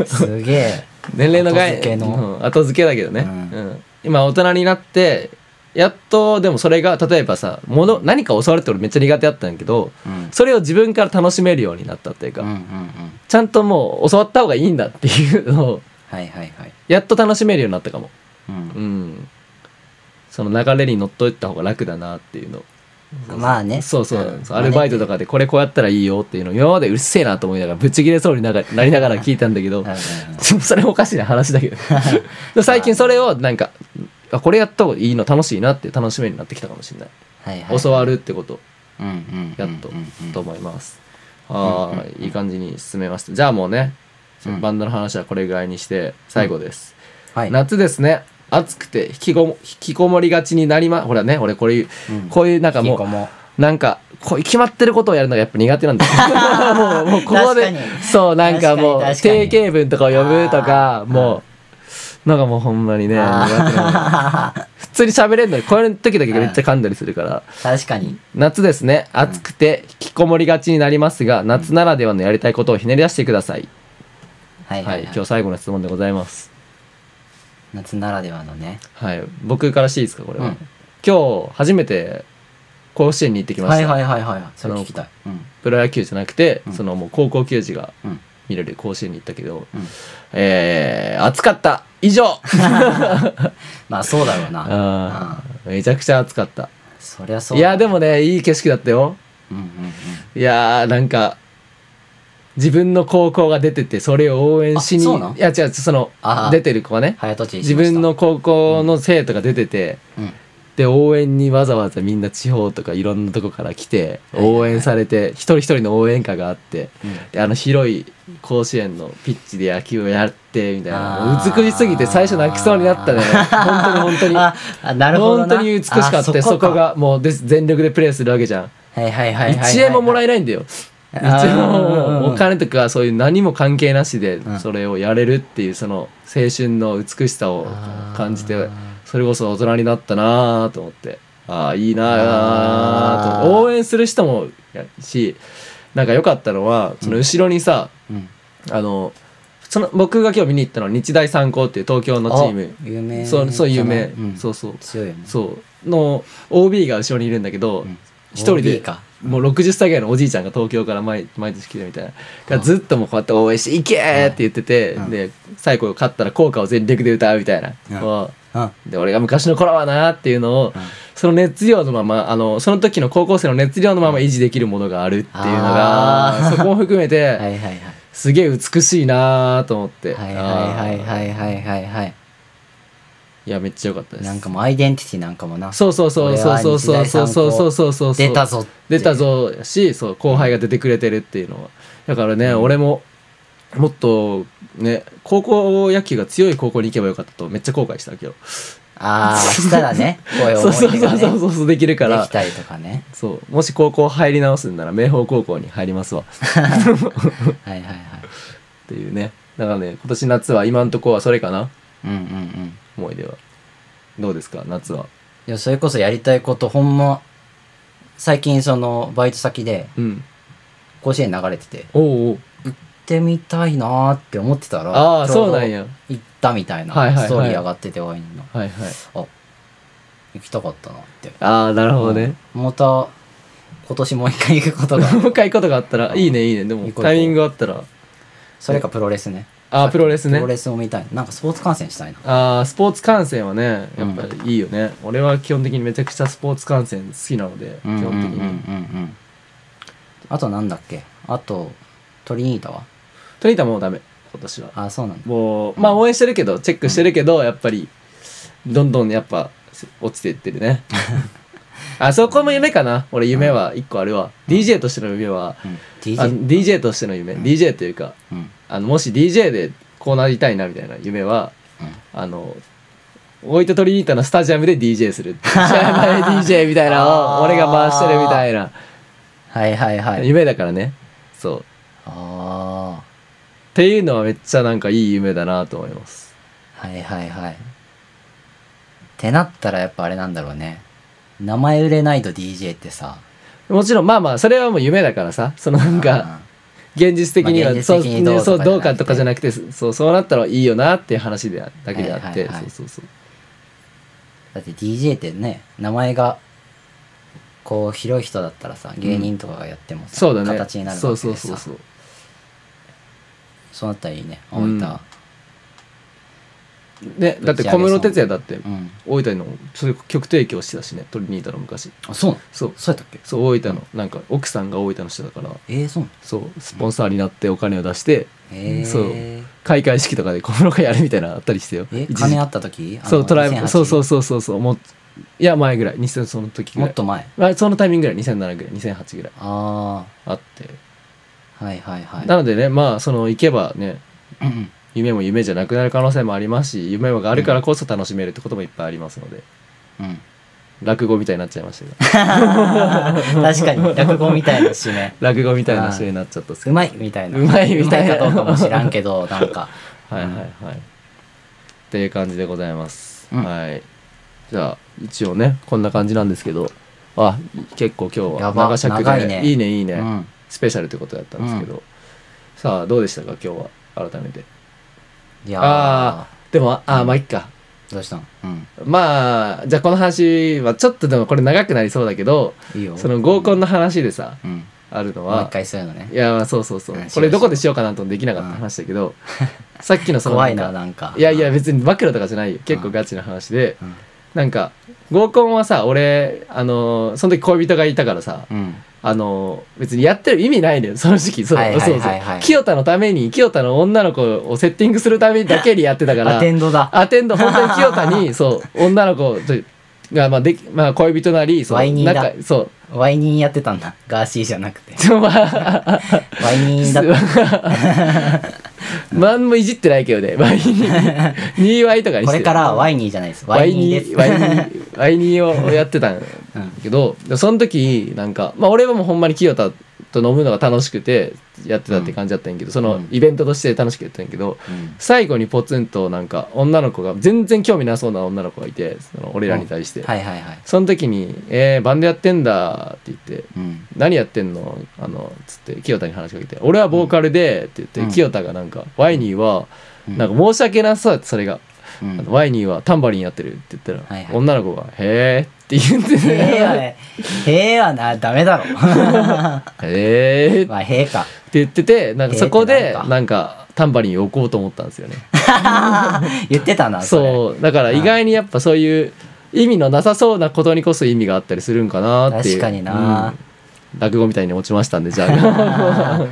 [SPEAKER 2] すげえ
[SPEAKER 1] 年齢の概
[SPEAKER 2] 後付けの
[SPEAKER 1] うん後付けだけどね、
[SPEAKER 2] うん
[SPEAKER 1] うん今大人になってやっとでもそれが例えばさもの何か教わるって俺めっちゃ苦手だったんだけど
[SPEAKER 2] うん
[SPEAKER 1] それを自分から楽しめるようになったっていうか、
[SPEAKER 2] うんうんうん
[SPEAKER 1] ちゃんともう教わった方がいいんだっていうのを
[SPEAKER 2] はいはいはい
[SPEAKER 1] やっと楽しめるようになったかも
[SPEAKER 2] うん
[SPEAKER 1] うんその流れに乗っといた方が楽だなっていうの
[SPEAKER 2] まあね
[SPEAKER 1] そうそうなん
[SPEAKER 2] ん
[SPEAKER 1] です、アルバイトとかでこれこうやったらいいよっていうの今までうっせえなと思いながらぶち切れそうにながなりながら聞いたんだけど
[SPEAKER 2] まあねうんうんうん
[SPEAKER 1] でもそれもおかしいな話 だけどでも最近それをなんかあこれやった方がいいの楽しいなって楽しみになってきたかもしれない、
[SPEAKER 2] はいはい
[SPEAKER 1] 教わるってこと
[SPEAKER 2] うんうん
[SPEAKER 1] やっと
[SPEAKER 2] うんうん
[SPEAKER 1] と思います、はー
[SPEAKER 2] うんうんうん
[SPEAKER 1] いいい感じに進めましたじゃあもうね
[SPEAKER 2] うん
[SPEAKER 1] バンドの話はこれぐらいにして最後です、
[SPEAKER 2] はい
[SPEAKER 1] 夏ですね暑くて引きこも引きこもりがちになりまほらね俺これ言う
[SPEAKER 2] うん
[SPEAKER 1] こういうなんかも
[SPEAKER 2] 引きこ
[SPEAKER 1] う
[SPEAKER 2] も
[SPEAKER 1] なんかこういう決まってることをやるのがやっぱ苦手 なんだよもうもうここで
[SPEAKER 2] 確かに
[SPEAKER 1] そうなんかもう
[SPEAKER 2] 確かに確かに
[SPEAKER 1] 定型文とかを読むとか
[SPEAKER 2] あー
[SPEAKER 1] もうなんかもうほんまにね苦手なの
[SPEAKER 2] あー
[SPEAKER 1] 普通に喋れんのにこういう時だけめっちゃ噛んだりするから
[SPEAKER 2] 確かに
[SPEAKER 1] 夏ですね暑くて引きこもりがちになりますが夏ならではのやりたいことをひねり出してください、
[SPEAKER 2] はいは、
[SPEAKER 1] はいい、
[SPEAKER 2] は
[SPEAKER 1] 今
[SPEAKER 2] い
[SPEAKER 1] 日最後の質問でございます
[SPEAKER 2] 夏ならではのね
[SPEAKER 1] はい僕からしていいですかこれは、
[SPEAKER 2] うん
[SPEAKER 1] 今日初めて甲子園に行ってきました、
[SPEAKER 2] はいはいはいはいそれ聞きたいうん
[SPEAKER 1] プロ野球じゃなくて、
[SPEAKER 2] うん
[SPEAKER 1] そのもう高校球児が
[SPEAKER 2] うん
[SPEAKER 1] 見れる甲子園に行ったけど、
[SPEAKER 2] うん
[SPEAKER 1] えー、暑かった以 上
[SPEAKER 2] まあそうだろうな
[SPEAKER 1] あーめちゃくちゃ暑かった
[SPEAKER 2] そりゃそう
[SPEAKER 1] い
[SPEAKER 2] だ
[SPEAKER 1] やでもねいい景色だったよ
[SPEAKER 2] うんうんうん
[SPEAKER 1] いやーなんか自分の高校が出ててそれを応援しに
[SPEAKER 2] あそうなん
[SPEAKER 1] いや違うその
[SPEAKER 2] あー
[SPEAKER 1] 出てる子はね
[SPEAKER 2] 早とちりし
[SPEAKER 1] 自
[SPEAKER 2] ました
[SPEAKER 1] 分の高校の生徒が出てて、
[SPEAKER 2] うん
[SPEAKER 1] で応援にわざわざみんな地方とかいろんなとこから来て応援されて一人一人の応援歌があってであの広い甲子園のピッチで野球をやってみたいな
[SPEAKER 2] あー
[SPEAKER 1] 美しすぎて最初泣きそうになったね本当に本
[SPEAKER 2] ああ な
[SPEAKER 1] 当
[SPEAKER 2] る
[SPEAKER 1] に
[SPEAKER 2] ほどな
[SPEAKER 1] 本当に美しかった
[SPEAKER 2] あ
[SPEAKER 1] そ
[SPEAKER 2] か
[SPEAKER 1] こがもうで全力でプレーするわけじゃん
[SPEAKER 2] はいはいはいはいはい
[SPEAKER 1] 1円ももらえないんだよ
[SPEAKER 2] あ
[SPEAKER 1] 一
[SPEAKER 2] ー
[SPEAKER 1] 円も
[SPEAKER 2] うんう
[SPEAKER 1] も
[SPEAKER 2] んう
[SPEAKER 1] うんお金とかそういう何も関係なしで
[SPEAKER 2] うん
[SPEAKER 1] それをやれるっていうその青春の美しさを感じ
[SPEAKER 2] あ
[SPEAKER 1] て
[SPEAKER 2] ー
[SPEAKER 1] それこそ大人になったなあと思ってああいいなあ
[SPEAKER 2] あー
[SPEAKER 1] と応援する人もやしなんか良かったのはその後ろにさ、
[SPEAKER 2] うん
[SPEAKER 1] あのその僕が今日見に行ったのは日大三高っていう東京のチーム
[SPEAKER 2] あ有名
[SPEAKER 1] そうそう有名、
[SPEAKER 2] うん
[SPEAKER 1] そうそう
[SPEAKER 2] 強いよね
[SPEAKER 1] そうの OB が後ろにいるんだけど、
[SPEAKER 2] うん
[SPEAKER 1] 一人
[SPEAKER 2] OB
[SPEAKER 1] で
[SPEAKER 2] か
[SPEAKER 1] もう60歳ぐらいのおじいちゃんが東京から毎毎年来てるみたいながずっともうこうやって応援して「いけ!」って言ってて、
[SPEAKER 2] うん
[SPEAKER 1] で最後勝ったら効果を全力で歌うみたいな、
[SPEAKER 2] うん
[SPEAKER 1] こ
[SPEAKER 2] うん
[SPEAKER 1] うで俺が昔の頃はなーっていうのを、
[SPEAKER 2] うん
[SPEAKER 1] その熱量のままあのその時の高校生の熱量のまま維持できるものがあるっていうのが
[SPEAKER 2] あー
[SPEAKER 1] そこも含めて、
[SPEAKER 2] はいはいはい
[SPEAKER 1] すげえ美しいなーと思って、
[SPEAKER 2] はいはいは
[SPEAKER 1] あ
[SPEAKER 2] い
[SPEAKER 1] ー
[SPEAKER 2] はいはいはいはい
[SPEAKER 1] いやめっちゃ良かったです
[SPEAKER 2] なんかもうアイデンティティなんかもな
[SPEAKER 1] そうそうそうそうそうそうそうそうそうそうそう
[SPEAKER 2] 出たぞって
[SPEAKER 1] 出たぞやしそう後輩が出てくれてるっていうのはだからね、俺ももっとね高校野球が強い高校に行けばよかったとめっちゃ後悔した今日
[SPEAKER 2] ああしたらねこういう
[SPEAKER 1] そうそう
[SPEAKER 2] 思い出が
[SPEAKER 1] そう
[SPEAKER 2] ね
[SPEAKER 1] そうそうできるか
[SPEAKER 2] で
[SPEAKER 1] ら
[SPEAKER 2] きたりとかね
[SPEAKER 1] そうもし高校入り直すんなら明豊高校に入りますわっ
[SPEAKER 2] はいはいはい
[SPEAKER 1] ていうねだからね今年夏は今んとこはそれかな
[SPEAKER 2] うんうんうん
[SPEAKER 1] 思い出はどうですか夏はい
[SPEAKER 2] やそれこそやりたいことほんま最近そのバイト先で
[SPEAKER 1] うん
[SPEAKER 2] 甲子園流れてて行っ
[SPEAKER 1] おうおう
[SPEAKER 2] てみたいなーって思ってたら
[SPEAKER 1] ああ
[SPEAKER 2] ちょ
[SPEAKER 1] そう
[SPEAKER 2] ど
[SPEAKER 1] なんや
[SPEAKER 2] 行ったみたいな
[SPEAKER 1] はいはいはい
[SPEAKER 2] ストーリー上がっててワインの
[SPEAKER 1] はいはい
[SPEAKER 2] 行きたかったなって
[SPEAKER 1] ああなるほどね、
[SPEAKER 2] また今年もう一回行 くことが
[SPEAKER 1] もう一回行くことがあったらいいねいいねでも
[SPEAKER 2] 行こう
[SPEAKER 1] タイミングがあったら
[SPEAKER 2] それかプロレスね
[SPEAKER 1] あープロレス
[SPEAKER 2] プ
[SPEAKER 1] ね
[SPEAKER 2] ロレスを見たいなんかスポーツ観戦したいな
[SPEAKER 1] あースポーツ観戦はねやっぱりいいよね、俺は基本的にめちゃくちゃスポーツ観戦好きなので、基本的
[SPEAKER 2] うんうん
[SPEAKER 1] に
[SPEAKER 2] うんうんあとなんだっけあとトリニータは
[SPEAKER 1] トリータもうダメ今年は
[SPEAKER 2] ああそうなんだ
[SPEAKER 1] もうまあ応援してるけどチェックしてるけど、やっぱりどんどんやっぱ落ちていってる ねあそこも夢かな俺夢は一個あるわ、DJ としての夢は、
[SPEAKER 2] うん
[SPEAKER 1] あ
[SPEAKER 2] DJ
[SPEAKER 1] DJ としての夢、DJ というか
[SPEAKER 2] うん
[SPEAKER 1] あのもし DJ でこうなりたいなみたいな夢は
[SPEAKER 2] うん
[SPEAKER 1] あの大分トリニータのスタジアムで DJ する知らない DJ みたいなのを
[SPEAKER 2] あー
[SPEAKER 1] 俺が回してるみたいな
[SPEAKER 2] はいはいはい
[SPEAKER 1] 夢だからねそうっ
[SPEAKER 2] あ
[SPEAKER 1] ていうのはめっちゃなんかいい夢だなと思います
[SPEAKER 2] あはいはいはいってなったらやっぱあれなんだろうね名前売れないと DJ ってさ
[SPEAKER 1] もちろんまあまあそれはもう夢だからさそのなんか現実的には、
[SPEAKER 2] まあ現
[SPEAKER 1] そ
[SPEAKER 2] 実
[SPEAKER 1] う
[SPEAKER 2] 的にどうとか
[SPEAKER 1] そうどうか
[SPEAKER 2] じゃ
[SPEAKER 1] と
[SPEAKER 2] なくて
[SPEAKER 1] かじゃなくてそうそうなったらいいよなっていう話であだけであって、
[SPEAKER 2] はいはいはい
[SPEAKER 1] そうそうそう
[SPEAKER 2] だって DJ ってね名前がこう広い人だったらさ芸人とかがやってもさ、
[SPEAKER 1] そうだね
[SPEAKER 2] 形になるわけ
[SPEAKER 1] そ
[SPEAKER 2] で
[SPEAKER 1] う
[SPEAKER 2] さ
[SPEAKER 1] そうそうそう
[SPEAKER 2] そうなったらいいね
[SPEAKER 1] うん
[SPEAKER 2] 大分
[SPEAKER 1] ねだって小室哲也だって
[SPEAKER 2] うん
[SPEAKER 1] 大分のそういう曲提供してたしねトリニータの昔
[SPEAKER 2] あそうなの
[SPEAKER 1] そう
[SPEAKER 2] そうやったっけ
[SPEAKER 1] そう大分のなんか奥さんが大分の人だから
[SPEAKER 2] えー、そうなの
[SPEAKER 1] そうスポンサーになってお金を出して
[SPEAKER 2] えー、
[SPEAKER 1] そう開会式とかで小室がやるみたいなのあったりしてよ
[SPEAKER 2] え
[SPEAKER 1] 一時期
[SPEAKER 2] 金あった時あの
[SPEAKER 1] そうトライ
[SPEAKER 2] 2008
[SPEAKER 1] そうそうそうそうそうもういや前ぐらい2000その時ぐらい
[SPEAKER 2] もっと前
[SPEAKER 1] まあそのタイミングぐらい2007ぐらい2008ぐらい
[SPEAKER 2] あ
[SPEAKER 1] あって、
[SPEAKER 2] あはいはいはい
[SPEAKER 1] なのでねまあその行けばね
[SPEAKER 2] うんうん
[SPEAKER 1] 夢も夢じゃなくなる可能性もありますし夢があるからこそ楽しめるってこともいっぱいありますので、
[SPEAKER 2] うん
[SPEAKER 1] 落語みたいになっちゃいま したが
[SPEAKER 2] 確かに落語みたいな締め
[SPEAKER 1] 落語みたいな人になっちゃったっすけ
[SPEAKER 2] うまいみたいな
[SPEAKER 1] うまいみたいな
[SPEAKER 2] うまかどうかも知らんけどなんか
[SPEAKER 1] どはいはいはい、っていう感じでございます、
[SPEAKER 2] うん
[SPEAKER 1] はいじゃあ一応ねこんな感じなんですけどあ結構今日
[SPEAKER 2] や
[SPEAKER 1] は
[SPEAKER 2] ば
[SPEAKER 1] 長尺
[SPEAKER 2] 長い
[SPEAKER 1] で
[SPEAKER 2] ね
[SPEAKER 1] いい ねいいね、
[SPEAKER 2] うん
[SPEAKER 1] スペシャルってことだったんですけど、さあどうでしたか今日は改めて
[SPEAKER 2] いやー
[SPEAKER 1] あでもあーまあいっか
[SPEAKER 2] どうしたのうん
[SPEAKER 1] まあじゃあこの話はちょっとでもこれ長くなりそうだけど
[SPEAKER 2] いいよ
[SPEAKER 1] その合コンの話でさ
[SPEAKER 2] うん
[SPEAKER 1] あるの
[SPEAKER 2] もう一
[SPEAKER 1] は
[SPEAKER 2] 回そういうのね
[SPEAKER 1] いやまあそうそうそう
[SPEAKER 2] うん
[SPEAKER 1] これどこでしようかなとできなかった話だけど さっきのその
[SPEAKER 2] 怖い
[SPEAKER 1] な
[SPEAKER 2] な
[SPEAKER 1] んか
[SPEAKER 2] なんか
[SPEAKER 1] いやいや別に暴露とかじゃないよ結構ガチな話で
[SPEAKER 2] うん
[SPEAKER 1] なんか合コンはさ俺あのーその時恋人がいたからさ
[SPEAKER 2] うん
[SPEAKER 1] あの別にやってる意味ないのよその時期そう、
[SPEAKER 2] はいはいはいはい
[SPEAKER 1] そうそう清田のために清田の女の子をセッティングするためだけにやってたから
[SPEAKER 2] アテンドだ
[SPEAKER 1] アテンド本当に清田 にそう女の子とが、まあできまあ、恋人なりそ
[SPEAKER 2] ワ
[SPEAKER 1] う
[SPEAKER 2] イニーだ
[SPEAKER 1] 仲そう
[SPEAKER 2] ワイニンやってたんだガーシーじゃなくて
[SPEAKER 1] ちょまあ
[SPEAKER 2] ワイニ ンだった
[SPEAKER 1] 何もいじってないけどねワイニーニーワイとかにして
[SPEAKER 2] これからはワイニーじゃないですワ
[SPEAKER 1] ワ
[SPEAKER 2] イ
[SPEAKER 1] イ
[SPEAKER 2] ニー
[SPEAKER 1] ニ
[SPEAKER 2] で
[SPEAKER 1] ー
[SPEAKER 2] す
[SPEAKER 1] ワイニーワイニーをやってたんだ
[SPEAKER 2] うん
[SPEAKER 1] けど、でその時なんか、まあ、俺はもうほんまに清田と飲むのが楽しくてやってたって感じだったんやけど、そうの
[SPEAKER 2] ん
[SPEAKER 1] イベントとして楽しくやってたんやけど、
[SPEAKER 2] うん
[SPEAKER 1] 最後にポツンとなんか女の子が全然興味なそうな女の子がいてその俺らに対して、
[SPEAKER 2] はいはいはい
[SPEAKER 1] その時に「えー、バンドやってんだ」って言って
[SPEAKER 2] うん
[SPEAKER 1] 「何やってんの?」あのつって清田に話しかけて「俺はボーカルで」って言って、
[SPEAKER 2] うん
[SPEAKER 1] 清田がなんか「ワイニーは
[SPEAKER 2] うん
[SPEAKER 1] なんか申し訳なさってそれが、
[SPEAKER 2] うん
[SPEAKER 1] あのワイニーはタンバリンやってる」って言ったら、
[SPEAKER 2] はいはい
[SPEAKER 1] 女の子が「へえ」って言ってて
[SPEAKER 2] へえはね、へえはな、ダメだろ。ま
[SPEAKER 1] へえ」って
[SPEAKER 2] あ、へえか。
[SPEAKER 1] 言っててなんかそこ
[SPEAKER 2] へーって
[SPEAKER 1] で
[SPEAKER 2] なんか
[SPEAKER 1] なんかタンバリンを置こうと思ったんですよね。
[SPEAKER 2] 言ってたな、それ。
[SPEAKER 1] そうだから意外にやっぱそういう意味のなさそうなことにこそ意味があったりするんかなっていう
[SPEAKER 2] 確かにな
[SPEAKER 1] うん落語みたいに落ちましたんでじゃ あ
[SPEAKER 2] は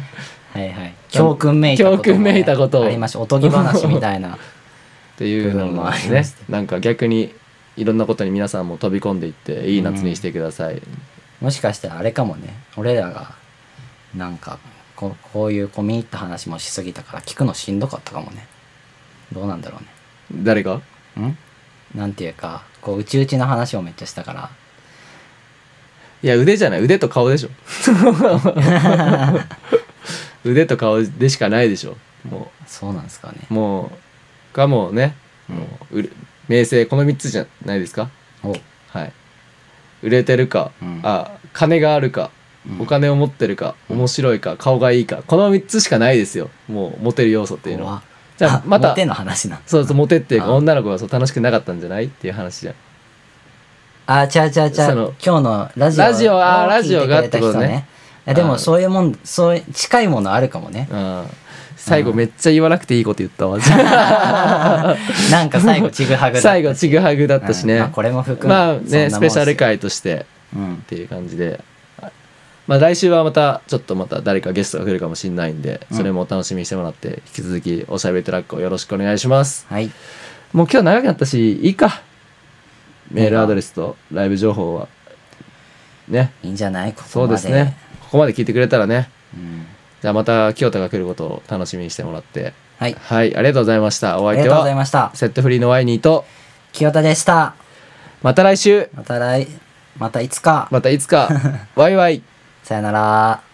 [SPEAKER 2] いはい。教訓めいたこと、ね。
[SPEAKER 1] 教訓めいたことを
[SPEAKER 2] ありました。おとぎ話みたいな。
[SPEAKER 1] っていうのもあるねなんか逆にいろんなことに皆さんも飛び込んでいっていい夏にしてください、
[SPEAKER 2] もしかしたらあれかもね。俺らが、なんかこ、こういう込み入った話もしすぎたから、聞くのしんどかったかもね。どうなんだろう
[SPEAKER 1] 誰か
[SPEAKER 2] ね。んなんていうか、こう、うちうちの話をめっちゃしたから、
[SPEAKER 1] いや腕じゃない腕と顔 でしょ腕と顔でしかないでしょも
[SPEAKER 2] そうなんですかね。
[SPEAKER 1] うもうがもうね、もううる名声この3つじゃないですか
[SPEAKER 2] おう
[SPEAKER 1] はい、売れてるか、
[SPEAKER 2] うん
[SPEAKER 1] あ金があるか、
[SPEAKER 2] うん
[SPEAKER 1] お金を持ってるか面白いか顔がいいかこの3つしかないですよもうモテる要素っていうのは
[SPEAKER 2] 怖
[SPEAKER 1] じゃあま
[SPEAKER 2] モ
[SPEAKER 1] た
[SPEAKER 2] テの話な。
[SPEAKER 1] そうそうモテっていうか
[SPEAKER 2] あ
[SPEAKER 1] 女の子がそう楽しくなかったんじゃないっていう話じゃん
[SPEAKER 2] あー、ちゃうちゃうちゃう。
[SPEAKER 1] その
[SPEAKER 2] 今日のラジオ
[SPEAKER 1] ラジオあー
[SPEAKER 2] を
[SPEAKER 1] ラジオが
[SPEAKER 2] 聞いくれた人
[SPEAKER 1] ってことね。
[SPEAKER 2] いやで
[SPEAKER 1] あ
[SPEAKER 2] も
[SPEAKER 1] ー
[SPEAKER 2] そういうもん、そういう近いものあるか もね。
[SPEAKER 1] うん最後めっちゃ言わなくていいこと言っ たわじゃあ
[SPEAKER 2] なんか最後ちぐはぐだ。
[SPEAKER 1] 最後ちぐはぐだったし
[SPEAKER 2] うん
[SPEAKER 1] ね
[SPEAKER 2] まあこれも含め
[SPEAKER 1] まあ
[SPEAKER 2] そんなもん
[SPEAKER 1] ね
[SPEAKER 2] っす
[SPEAKER 1] ス
[SPEAKER 2] よ
[SPEAKER 1] ペシャル回として
[SPEAKER 2] うん
[SPEAKER 1] っ。ていう感じでまあ来週はまたちょっとまた誰かゲストが来るかもしれないんで
[SPEAKER 2] うん
[SPEAKER 1] それもお楽しみにしてもらって引き続きおしゃべりトラックをよろしくお願いします
[SPEAKER 2] はい。
[SPEAKER 1] もう今日長くなったし、いいか。メールアドレスとライブ情報は。ね、
[SPEAKER 2] いいんじゃないここ
[SPEAKER 1] そ
[SPEAKER 2] ま
[SPEAKER 1] う
[SPEAKER 2] で。
[SPEAKER 1] ですね。ここまで聞いてくれたらね。
[SPEAKER 2] うん。
[SPEAKER 1] じゃあまた清田が来ることを楽しみにしてもらって。
[SPEAKER 2] はい。
[SPEAKER 1] はい、ありがとうございました。お
[SPEAKER 2] あり
[SPEAKER 1] 相手
[SPEAKER 2] がとうござい
[SPEAKER 1] は、
[SPEAKER 2] ました。
[SPEAKER 1] セットフリーのワイニーと、
[SPEAKER 2] 清田でした。
[SPEAKER 1] また来週、
[SPEAKER 2] また来、またいつか。
[SPEAKER 1] またいつか、ワイワイ。
[SPEAKER 2] さよなら。